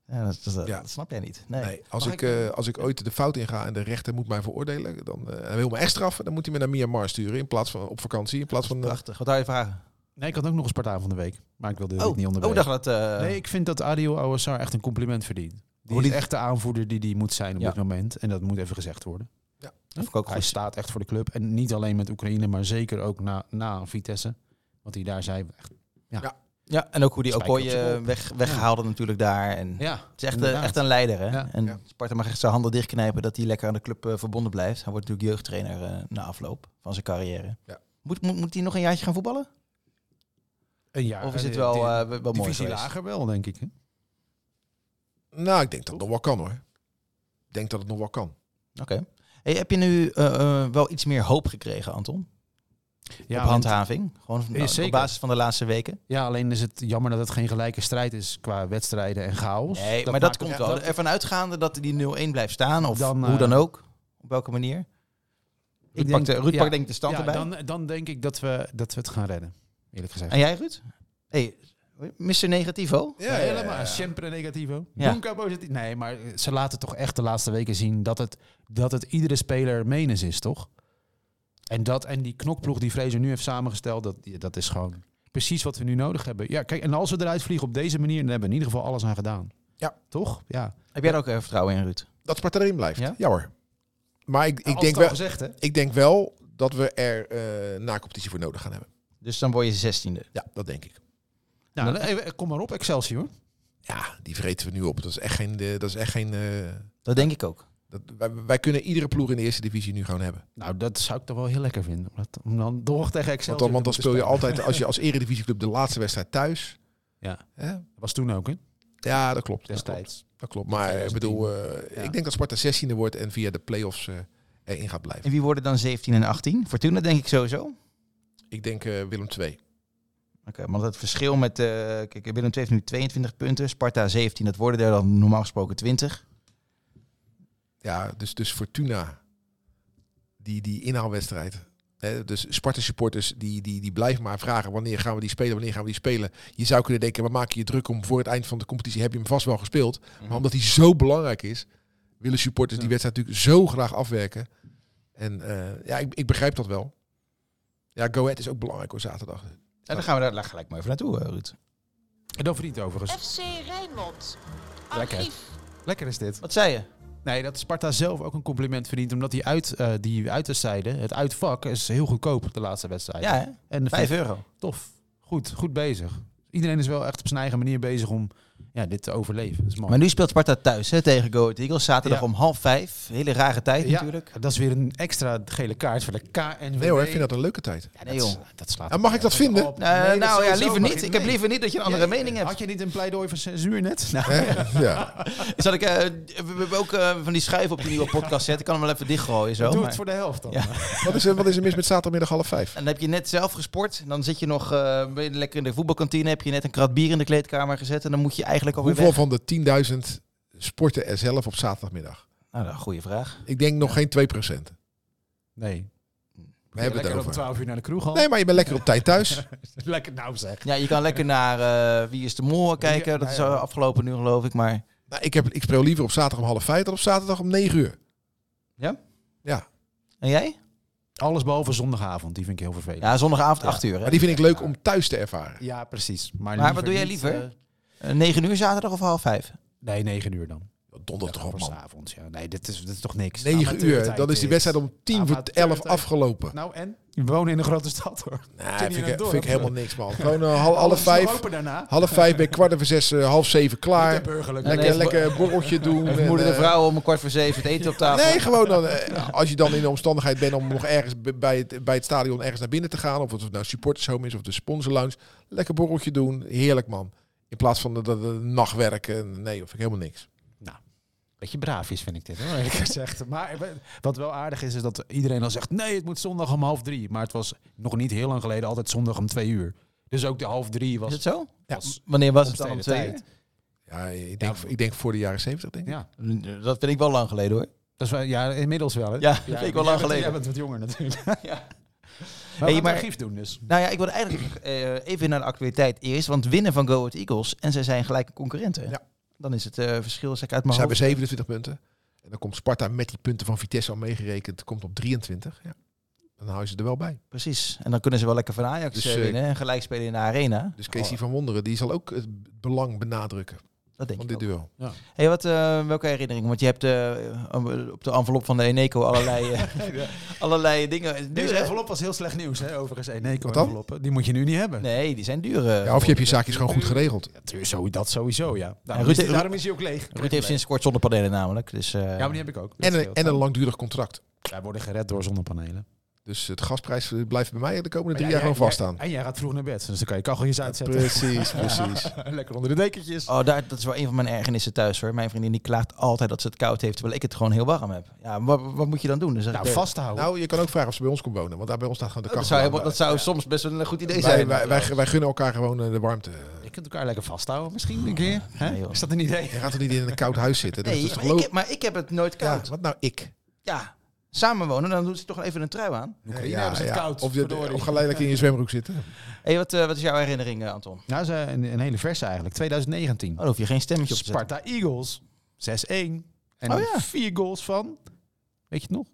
ja, dat, dat- dat- Ja. dat snap jij niet. Nee. Nee, als Mag ik, ik, eh, als ik ooit de fout inga en de rechter moet mij veroordelen, dan eh, hij wil me echt straffen, dan moet hij me naar Myanmar sturen in plaats van op vakantie, in plaats van eh, Prachtig. Wat zou je vragen? Nee, ik had ook nog een Spartaan van de week. Maar ik wilde het Oh, niet oh, onderbreken. dacht dat... eh, nee, ik vind dat Adil Awassar echt een compliment verdient. Die Hoe is die- echt de aanvoerder die die moet zijn op Ja. dit moment. En dat moet even gezegd worden. Dat vond ik ook Hij goed. staat echt voor de club. En niet alleen met Oekraïne, maar zeker ook na, na Vitesse. Wat hij daar zei. Echt, ja. Ja. Ja, en ook hoe die Spijker op Okoye zijn kop. weg, weghaalde natuurlijk daar. En Ja, Het is echt, eh, inderdaad. echt een leider. Hè? Ja. En Ja. Sparta mag echt zijn handen dichtknijpen dat hij lekker aan de club eh, verbonden blijft. Hij wordt natuurlijk jeugdtrainer eh, na afloop van zijn carrière. Ja. Moet, moet, moet hij nog een jaartje gaan voetballen? Een jaar, of is het eh, wel, di- eh, wel mooi divisie geweest? lager wel, denk ik. Hè? Nou, ik denk dat het nog wel kan hoor. Ik denk dat het nog wel kan. Oké. Hey, heb je nu eh, eh, wel iets meer hoop gekregen, Anton? op want- handhaving? Gewoon van- Eh, op zeker. basis van de laatste weken? Ja, alleen is het jammer dat het geen gelijke strijd is qua wedstrijden en chaos. Nee, maar dat maakt- komt ja, wel. dat- Ervan uitgaande dat die 0-1 blijft staan, of Dan, hoe eh, dan ook. Op welke manier? Ruud, denk- pakt, de, Ruud ja, pakt denk ik de stand ja, erbij. Dan, dan denk ik dat we, dat we het gaan redden, eerlijk gezegd. En jij, Ruud? Hey, Mr. Negativo? Ja, helemaal. Sempre negativo. Ja. Nunca positief. Nee, maar ze laten toch echt de laatste weken zien dat het, dat het iedere speler menens is, toch? En, dat, en die knokploeg die Fraser nu heeft samengesteld, dat, dat is gewoon precies wat we nu nodig hebben. Ja, kijk, en als we eruit vliegen op deze manier, dan hebben we in ieder geval alles aan gedaan. Ja. Toch? Ja. Heb jij er ook eh, vertrouwen in, Ruud? Dat Sparta erin blijft. Ja? Ja, hoor. Maar ik, ik, Nou, Als denk het al wel, gezegd, hè? ik denk wel dat we er eh na-competitie voor nodig gaan hebben. Dus dan word je zestiende. Ja, dat denk ik. Nou, dan even- kom maar op, Excelsior. Ja, die vreten we nu op. Dat is echt geen... eh, dat is echt geen eh, Dat denk ik ook. dat, wij, wij kunnen iedere ploeg in de eerste divisie nu gewoon hebben. Nou, dat zou ik toch wel heel lekker vinden. Om, dat, om dan door tegen Want Excelsior dan, want dan te moeten speel je spelen. altijd, als (laughs) je als eredivisieclub de laatste wedstrijd thuis. Ja, Hè? dat was toen ook, hè? Ja, dat klopt. Dat klopt. Destijds. Dat klopt. Maar ik 2010. bedoel, eh, Ja. ik denk dat Sparta 16e wordt en via de play-offs eh, erin gaat blijven. En wie worden dan 17 en 18? Fortuna denk ik sowieso. Oké, Ik denk eh, Willem 2. want het verschil met... eh kijk, Willem II heeft nu 22 punten. Sparta 17. Dat worden er dan normaal gesproken 20. Ja, dus, dus Fortuna, die, die inhaalwedstrijd. Hè, dus Sparta supporters die, die, die blijven maar vragen wanneer gaan we die spelen, wanneer gaan we die spelen. Je zou kunnen denken, we maken je druk om voor het eind van de competitie heb je hem vast wel gespeeld. Maar omdat hij zo belangrijk is, willen supporters die wedstrijd natuurlijk zo graag afwerken. En eh, ja, ik, ik begrijp dat wel. Ja, Go Ahead is ook belangrijk hoor, zaterdag. En dan gaan we daar gelijk maar even naartoe, eh, Ruud. En dat verdient overigens. FC Rijnmond. Lekker. Archief. Lekker is dit. Wat zei je? Nee, dat Sparta zelf ook een compliment verdient. Omdat die, uit, eh die uitwedstrijden, het uitvak, is heel goedkoop de laatste wedstrijd. Ja, hè? 5 en vijf. euro. Tof. Goed, goed bezig. Iedereen is wel echt op zijn eigen manier bezig om ja, dit te overleven. Dat is mooi. Maar nu speelt Sparta thuis hè, tegen Go Ahead Eagles. Zaterdag Ja. om half vijf. Hele rare tijd ja, natuurlijk. dat is weer een extra gele kaart voor de KNW. Nee hoor, ik vind dat een leuke tijd. Ja, Nee, joh. dat, dat slaat En mag ik dat vinden? op. Eh, Nee, dat nou ja, sowieso liever mag niet. je Ik heb mee. liever niet dat je een andere Ja, mening hebt. Had je niet een pleidooi voor censuur net? Nou, ja. Zal ik eh, we- we ook eh, van die schuif op die (laughs) nieuwe podcast zetten? Ik kan hem wel even dichtgooien zo. doe maar- het voor de helft dan. Ja. wat, is er, wat is er mis met zaterdagmiddag half vijf? En dan heb je net zelf gesport. En dan zit je nog eh, ben je lekker in de voetbalkantine. Heb je net een krat bier in de kleedkamer gezet. En dan moet je eigenlijk alweer Hoeveel weg. van de 10.000 sporten er zelf op zaterdagmiddag? Nou, dat is een goede vraag. Ik denk nog geen 2%. We Nee. hebben het lekker om erover. 12 uur naar de kroeg al. Nee, maar je bent lekker op tijd (laughs) thuis. Lekker nou zeg. Ja, je kan lekker naar eh, Wie is de Mol kijken. Dat is nou ja. eh, afgelopen nu geloof ik. Maar nou, ik, heb, ik speel liever op zaterdag om half vijf dan op zaterdag om negen uur. en jij? Alles behalve zondagavond, die vind ik heel vervelend. Ja, Ja, zondagavond 8 uur. Hè? Maar die vind ik leuk om thuis te ervaren. precies. Maar, Maar wat doe jij niet, liever? eh, Eh, 9 uur zaterdag of half 5? nee, 9 uur dan. Donder Oh, toch op, Of man. s'avonds, ja. Nee, dit is, dit is toch niks. 9 uur, Amateurtijd dan is die dit. wedstrijd om tien voor Amateurtijd. elf afgelopen. Nou en? We wonen in een grote stad hoor. Nee, Zit vind je ik, er door, vind ik hè? helemaal niks, (laughs) man. Gewoon eh, hal- half Alles is nog vijf, open daarna. half vijf bij kwart over zes, eh, half zeven Niet klaar. te burgerlijk. Nee, Lekker, nee, lekker een borreltje (laughs) doen. Even en, moeder de eh, vrouw om een kwart voor zeven het eten op tafel. Nee, gewoon dan, eh, als je dan in de omstandigheid bent om nog ergens b- bij het, bij het stadion ergens naar binnen te gaan. Of het nou supporters home is of de sponsor lounge. Lekker borreltje doen. Heerlijk man. In plaats van dat dat- dat nachtwerken. eh, Nee, of ik helemaal niks. Beetje braaf is, vind ik dit, hoor, eerlijk gezegd. Maar we- wat wel aardig is, is dat iedereen al zegt... nee, het moet zondag om half drie. Maar het was nog niet heel lang geleden altijd zondag om twee uur. Dus ook de half drie Is was... het zo? Ja. Was- Wanneer was het dan om Omstreden twee uur? Ja, ik denk, ik denk voor de jaren zeventig denk ik. Ja, Eh, Dat vind ik wel lang geleden hoor. dat is wel, ja inmiddels wel. Hè? Ja, dat (laughs) vind ik wel jij lang bent- Jij geleden. bent wat jonger natuurlijk. (laughs) Ja. Maar hey, maar- maar archief doen dus. Nou ja, ik wil eigenlijk eh, even naar de actualiteit eerst. Want winnen van Go Ahead Eagles en zij zijn gelijke concurrenten. Ja. Dan is het eh, verschil, zeg ik uit mijn Ze hebben hoofd. 27 punten. En dan komt Sparta met die punten van Vitesse al meegerekend. Komt op 23. Ja. Dan hou je ze er wel bij. Precies. En dan kunnen ze wel lekker van Ajax Dus, eh, eh, winnen en gelijk spelen in de arena. Dus Casey van Wonderen die zal ook het belang benadrukken. Dat denk van ik dit ook. duel. Hey, wat, eh, welke herinnering? Want je hebt eh, op de envelop van de Eneco allerlei, (laughs) eh, allerlei dingen. Deze Dure- envelop was heel slecht nieuws, hè? overigens. Eh, Eneco dan? enveloppen, die moet je nu niet hebben. Nee, die zijn duur. eh, Ja, of je hebt je geworden. zaakjes gewoon goed geregeld. Ja, tuur- zo, dat sowieso, ja. Daarom, Ruud is, heeft- daarom is hij ook leeg. Ruud heeft sinds kort zonnepanelen namelijk. Dus, eh, Ja, maar die heb ik ook. Dat En een, scheelt. en een langdurig contract. Wij worden gered door zonnepanelen. Dus het gasprijs blijft bij mij de komende Maar drie ja, jaar gewoon jij- vaststaan. jij- En jij gaat vroeg naar bed, dus dan kan je kacheltjes uitzetten. (laughs) Precies, precies. (laughs) Lekker onder de dekentjes. Oh, daar, dat is wel een van mijn ergernissen thuis hoor. Mijn vriendin die klaagt altijd dat ze het koud heeft, terwijl ik het gewoon heel warm heb. Ja, wat, wat moet je dan doen? Dus Nou, vasthouden. Nou, je kan ook vragen of ze bij ons komt wonen, want daar bij ons staat gewoon de Oh, dat kachel. zou, aan. eh. helemaal- dat zou soms best wel een goed idee wij, zijn. wij, dus wij, wij gunnen elkaar gewoon eh, de warmte. je kunt elkaar lekker vasthouden misschien een keer. hè? nee, joh. is dat een idee? Je gaat toch niet in een koud huis zitten? Dat nee, is toch maar, ik logisch? heb, maar ik heb het nooit Ja, koud. Ja, wat nou ik? samenwonen, dan doet ze toch even een trui aan. Oekraïne hebben ze het koud, Of, je, verdorie. of ga lelijk (laughs) in je zwembroek zitten. hey, wat, eh, wat is jouw herinnering, eh, Anton? Oh, Nou, is eh, een, een hele verse eigenlijk. 2019. daar hoef je geen stemmetje op te zetten. Sparta Eagles. 6-1. En Oh ja. vier goals van, weet je het nog?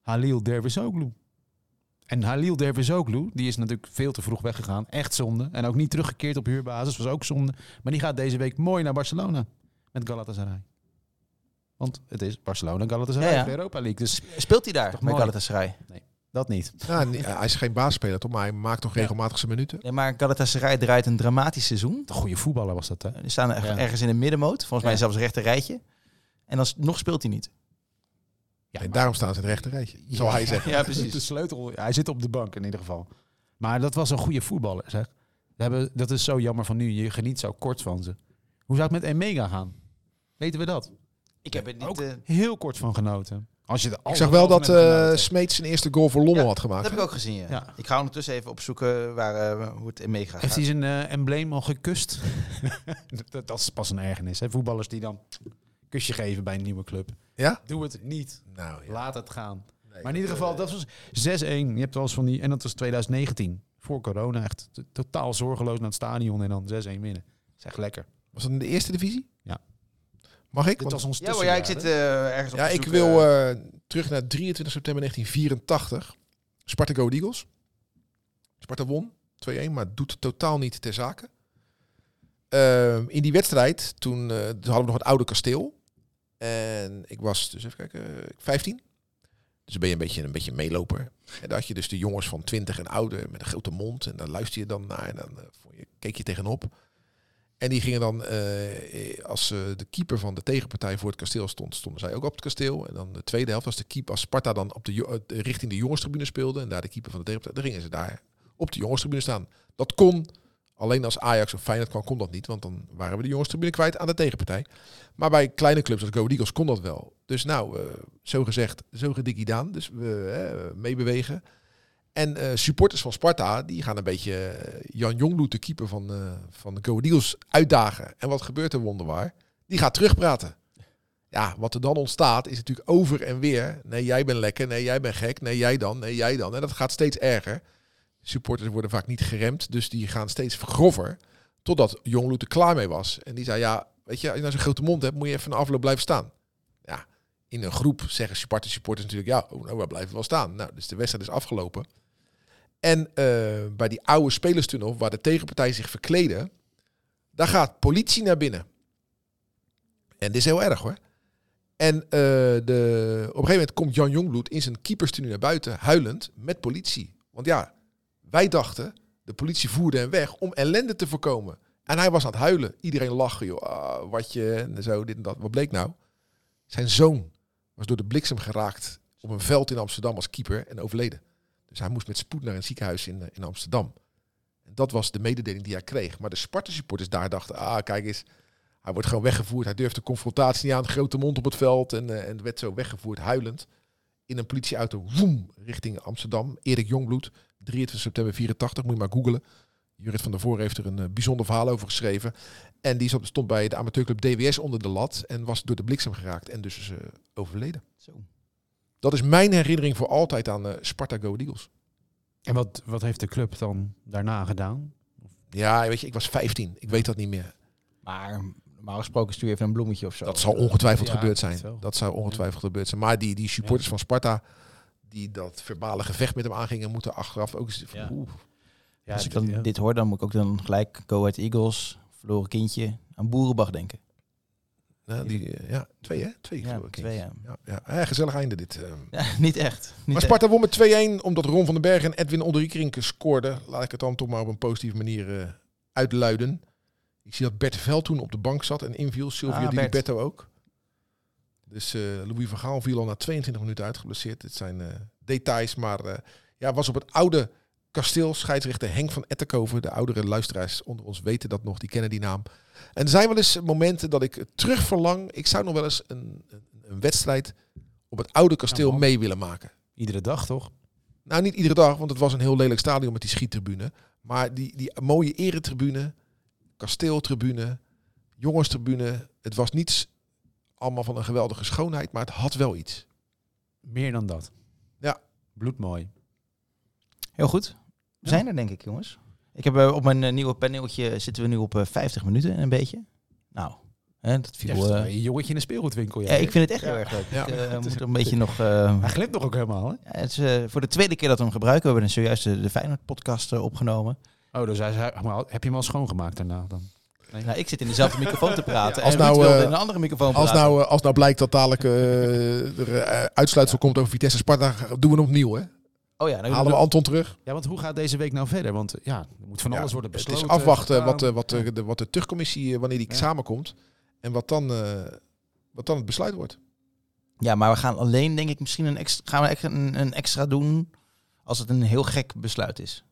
Halil Dervisoglu. En Halil Dervisoglu, die is natuurlijk veel te vroeg weggegaan. Echt zonde. En ook niet teruggekeerd op huurbasis, was ook zonde. Maar die gaat deze week mooi naar Barcelona. Met Galatasaray. Want het is Barcelona Galatasaray Ja, ja. voor de Europa League. Dus Speelt hij daar Toch met mooi. Galatasaray? dat niet. Nou, nee, hij is geen baasspeler, toch? Maar hij maakt toch regelmatig zijn minuten? Nee, maar Galatasaray draait een dramatisch seizoen. Eh, De goede voetballer was dat, hè? Die staan er- Ja. ergens in de middenmoot, volgens mij Ja. zelfs rechter rijtje. En dan s- nog speelt hij niet. Ja, En daarom staan ze in het rechte rijtje, zal hij zeggen. Ja, (laughs) De sleutel. Hij zit op de bank in ieder geval. Maar dat was een goede voetballer, zeg. We hebben, dat is zo jammer van nu. Je geniet zo kort van ze. Hoe zou het met Emega gaan? Weten we dat? Ik heb het niet. Ook eh, heel kort van genoten. Als je de Ik andere zag wel helft dat van hebt eh genoten. Smeet zijn eerste goal voor Lommel Ja, had dat gemaakt. heb ik ook gezien. Ja. Ja. Ik ga ondertussen even opzoeken waar, eh, hoe het in meegaat. Heeft hij zijn eh, embleem al (laughs) gekust? dat, dat is pas een ergernis. Hè? Voetballers die dan kusje geven bij een nieuwe club. Ja? Doe het niet. Nou, ja. Laat het gaan. maar in ieder geval, dat was 6-1. Je hebt wel eens van die... En dat was 2019. Voor corona echt. t- Totaal zorgeloos naar het stadion en dan 6-1 winnen. Dat is echt lekker. Was dat in de eerste divisie? Ja. Mag ik? Dit Want- was ons Ja, hoor, ja, ik tussenjaar, zit hè? eh, ergens op ja, te ik zoeken. wil eh, terug naar 23 september 1984. Sparta Go Ahead Eagles. Sparta won 2-1, maar doet totaal niet ter zake. Ehm, in die wedstrijd, toen, eh, toen hadden we nog het oude kasteel. En ik was, dus even kijken, eh, 15. Dus dan ben je een beetje een beetje een meeloper. En daar had je dus de jongens van 20 en ouder met een grote mond. En daar luister je dan naar en dan eh, vond je, keek je tegenop. En die gingen dan, eh, eh, als eh, de keeper van de tegenpartij voor het kasteel stond, stonden zij ook op het kasteel. En dan de tweede helft, als, de keeper, als Sparta dan op de, jo- eh, richting de jongenstribune speelde en daar de keeper van de tegenpartij, dan gingen ze daar op de jongenstribune staan. Dat kon, alleen als Ajax of Feyenoord kwam, kon dat niet, want dan waren we de jongenstribune kwijt aan de tegenpartij. Maar bij kleine clubs als Go Ahead Eagles kon dat wel. Dus nou, eh, zo gezegd, zo gedikkie daan. Dus we eh, meebewegen. En eh, supporters van Sparta, die gaan een beetje eh, Jan Jongloed, de keeper van, eh van de Go Ahead Eagles, uitdagen. En wat gebeurt er wonderbaar? Die gaat terugpraten. Ja, wat er dan ontstaat is natuurlijk over en weer. Nee, jij bent lekker. Nee, jij bent gek. Nee, jij dan. Nee, jij dan. En dat gaat steeds erger. Supporters worden vaak niet geremd, dus die gaan steeds grover. Totdat Jongloed er klaar mee was. En die zei, ja, weet je, als je nou zo'n grote mond hebt, moet je even een afloop blijven staan. Ja, in een groep zeggen Sparta supporters natuurlijk, ja, oh, nou, we blijven wel staan. Nou, dus de wedstrijd is afgelopen. En eh, bij die oude spelerstunnel, waar de tegenpartij zich verkleden, daar gaat politie naar binnen. En dit is heel erg hoor. En eh, de, op een gegeven moment komt Jan Jongbloed in zijn keeperstunnel naar buiten, huilend, met politie. Want ja, wij dachten, de politie voerde hem weg om ellende te voorkomen. En hij was aan het huilen. Iedereen lachen, joh. Ah, wat je, en zo, dit en dat. Wat bleek nou? Zijn zoon was door de bliksem geraakt op een veld in Amsterdam als keeper en overleden. Dus hij moest met spoed naar een ziekenhuis in, eh, in Amsterdam. En dat was de mededeling die hij kreeg. Maar de Sparta-supporters daar dachten, ah, kijk eens, hij wordt gewoon weggevoerd. Hij durft de confrontatie niet aan, grote mond op het veld. En, eh, en werd zo weggevoerd, huilend. In een politieauto, woem, richting Amsterdam. Erik Jongbloed, 23 september 84, moet je maar googelen. Jurrit van der Voor heeft er een eh, bijzonder verhaal over geschreven. En die zat- stond bij de amateurclub DWS onder de lat en was door de bliksem geraakt en dus eh, overleden. Zo. Dat is mijn herinnering voor altijd aan eh, Sparta Go Ahead Eagles. eh, En wat, wat heeft de club dan daarna gedaan? Ja, weet je, ik was 15. Ik weet dat niet meer. Maar normaal gesproken stuur je even een bloemetje of zo. Dat zal ongetwijfeld Ja, gebeurd dat zijn. wel. Dat zou ongetwijfeld gebeurd zijn. Maar die, die supporters van Sparta, die dat verbale gevecht met hem aangingen, moeten achteraf ook eens... Ja. Oeh. Ja, Als ik dan dit hoor, dan moet ik ook dan gelijk Go Ahead Eagles, verloren kindje, Aan Boerenbach denken. Nou, die, eh, ja, twee hè? Twee, Ja, geloof ik. twee, ja. Ja, ja. Eh, gezellig einde dit. eh. Ja, (laughs) niet echt. Niet maar Sparta won met 2-1 omdat Ron van den Berg en Edwin Olderiekrink scoorden. Laat ik het dan toch maar op een positieve manier eh, uitluiden. Ik zie dat Bert Veld toen op de bank zat en inviel. Sylvia Ah, Di Bert. Betto ook. Dus eh, Louis van Gaal viel al na 22 minuten uitgeblesseerd. Dit zijn eh, details, maar eh, ja, was op het oude kasteel scheidsrechter Henk van Ettenkoven. De oudere luisteraars onder ons weten dat nog, die kennen die naam. En er zijn wel eens momenten dat ik terug verlang. Ik zou nog wel eens een, een, een wedstrijd op het oude kasteel Ja, man. mee willen maken. Iedere dag toch? Nou, niet iedere dag, want het was een heel lelijk stadion met die schiettribune. Maar die, die mooie eretribune, kasteeltribune, jongenstribune. Het was niets allemaal van een geweldige schoonheid, maar het had wel iets. Meer dan dat. Ja. Bloedmooi. Heel goed. We zijn er denk ik, jongens. Ik heb eh, op mijn eh, nieuwe paneeltje zitten we nu op eh, 50 minuten een beetje. Nou, hè, dat Ja, viel. eh, een jongetje in een speelgoedwinkel. Ja, ja, ik vind het echt Ja. heel erg leuk. Ja. Ik eh, (laughs) Het is moet ook- er een beetje nog. eh, Hij glipt nog ook helemaal. Hè? ja, het is eh, voor de tweede keer dat we hem gebruiken. We hebben zojuist de, de Feyenoord podcast eh, opgenomen. Oh, dus hij, zei- maar heb je hem al schoongemaakt daarna dan? Nou, ik zit in dezelfde microfoon te (laughs) praten. Ja, als en nou, Ruud wilde eh, in een andere microfoon Als praten. nou, eh, als nou blijkt dat dadelijk eh, er eh, uitsluitsel komt over Vitesse Sparta, doen we hem opnieuw. Hè? oh ja, nou, Halen we Anton terug. Ja, want hoe gaat deze week nou verder? Want eh, ja, er moet van Ja, alles worden Het besloten. is afwachten gedaan. wat, eh, wat, de, de, wat de terugcommissie, eh, wanneer die Ja. samenkomt. En wat dan, eh, wat dan het besluit wordt. Ja, maar we gaan alleen, denk ik, misschien een extra, gaan we echt een, een extra doen als het een heel gek besluit is.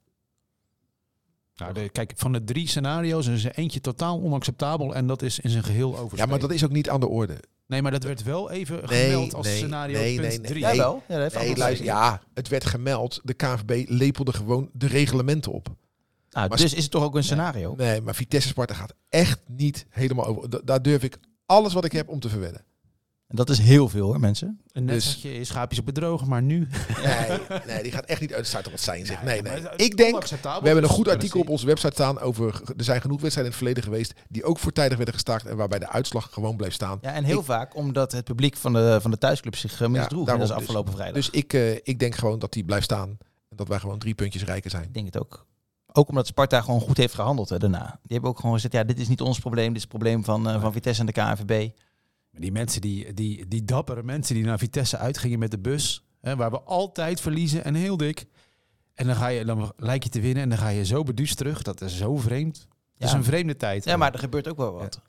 Nou, de- kijk, van de drie scenario's is er eentje totaal onacceptabel en dat is in zijn geheel overspelen. Ja, maar dat is ook niet aan de orde. Nee, maar dat werd wel even Nee, gemeld als nee, scenario nee, punt nee, nee. drie. Ja, wel. Ja, dat heeft Nee, Anton luister, gezien. ja, het werd gemeld. De KNVB lepelde gewoon de reglementen op. Ah, maar- dus is het toch ook een scenario? Nee, maar Vitesse Sparta gaat echt niet helemaal over. Da- daar durf ik alles wat ik heb om te verwennen. En dat is heel veel hoor, mensen. Een Dus- netje is schaapjes op bedrogen, maar nu... Nee, nee die gaat echt niet uit. Het zou toch wat zijn, zeg. Nee, (laughs) Maar nee. het is Ik denk, onacceptabel, we hebben een dus goed dat artikel op kunnen onze website staan over... ge- Er zijn genoeg wedstrijden in het verleden geweest die ook voortijdig werden gestaakt en waarbij de uitslag gewoon bleef staan. Ja, en heel Ik- vaak omdat het publiek van de, van de thuisclub zich eh, misdroeg. en daarom dat is dus. afgelopen vrijdag. Dus ik, eh, ik denk gewoon dat die blijft staan en dat wij gewoon drie puntjes rijker zijn. ik denk het ook. Ook omdat Sparta gewoon goed heeft gehandeld hè, daarna. Die hebben ook gewoon gezegd, ja, dit is niet ons probleem. Dit is het probleem van, eh, van Vitesse en de KNVB. zien. Die mensen, die, die, die dappere mensen die naar Vitesse uitgingen met de bus, hè, waar we altijd verliezen en heel dik. En dan, ga je, dan lijk je te winnen en dan ga je zo beduusd terug. Dat is zo vreemd. Het Ja. is een vreemde tijd. Ja, maar er gebeurt ook wel wat.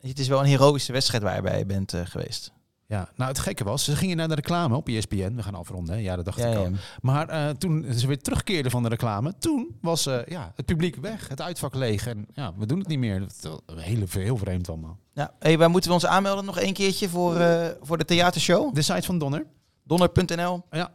Het is wel een heroïsche wedstrijd waar je bij bent eh, geweest. Ja, nou het gekke was, ze gingen naar de reclame op E ESPN. We gaan afronden, hè? ja, dat dacht Ja, ik al. ja. Maar eh, toen ze weer terugkeerden van de reclame, toen was eh, ja, het publiek weg, het uitvak leeg. En ja, we doen het niet meer. Dat is wel heel, heel vreemd allemaal. Nou, hey, waar moeten we ons aanmelden nog één keertje voor, eh, voor de theatershow? De site van Donner, Donner.nl. Ja.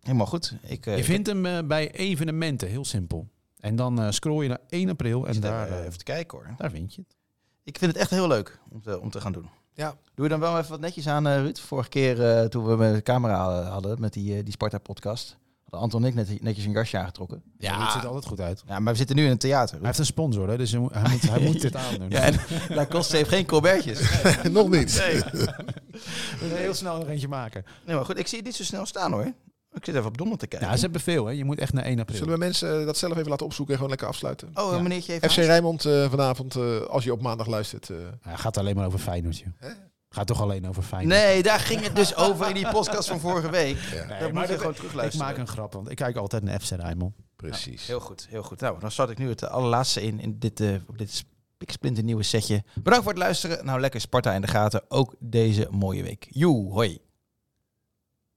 Helemaal goed. Ik, eh, je vindt hem eh, bij evenementen, heel simpel. En dan eh, scroll je naar 1 april ik en zit daar, even, eh, even te kijken hoor. daar vind je het. Ik vind het echt heel leuk om te, om te gaan doen. Ja. Doe je dan wel even wat netjes aan, eh, Ruud? Vorige keer eh, toen we met de camera eh, hadden, met die, eh, die Sparta-podcast, hadden Anton en ik net, netjes een jasje aangetrokken. Ja, het ziet er altijd goed uit. Ja, maar we zitten nu in het theater. Hij Ruud. heeft een sponsor, hè, dus hij moet, hij moet, hij moet dit (laughs) aandoen. Ja, (laughs) en Lacoste heeft geen colbertjes. (laughs) Nog niet. Dus heel snel nog eentje maken. Nee, maar goed, ik zie het niet zo snel staan hoor. Ik zit even op Donner te kijken. Ja, ze hebben veel, hè. je moet echt naar 1 april. Zullen we mensen eh, dat zelf even laten opzoeken en gewoon lekker afsluiten? Oh, Ja. een meneertje heeft FC Rijnmond eh, vanavond, eh, als je op maandag luistert. eh, Ja, het gaat alleen maar over Feyenoord, joh. Gaat toch alleen over Feyenoord? Nee, daar ging het dus over in die podcast van vorige week. Nee, dat maar moet je gewoon Ik terugluisteren. maak een grap, want ik kijk altijd naar FC Rijnmond. precies. Heel goed, heel goed. Nou, dan start ik nu het eh, allerlaatste in, in dit, eh dit piksplinter nieuwe setje. Bedankt voor het luisteren. Nou, lekker Sparta in de gaten. Ook deze mooie week. Joe, hoi.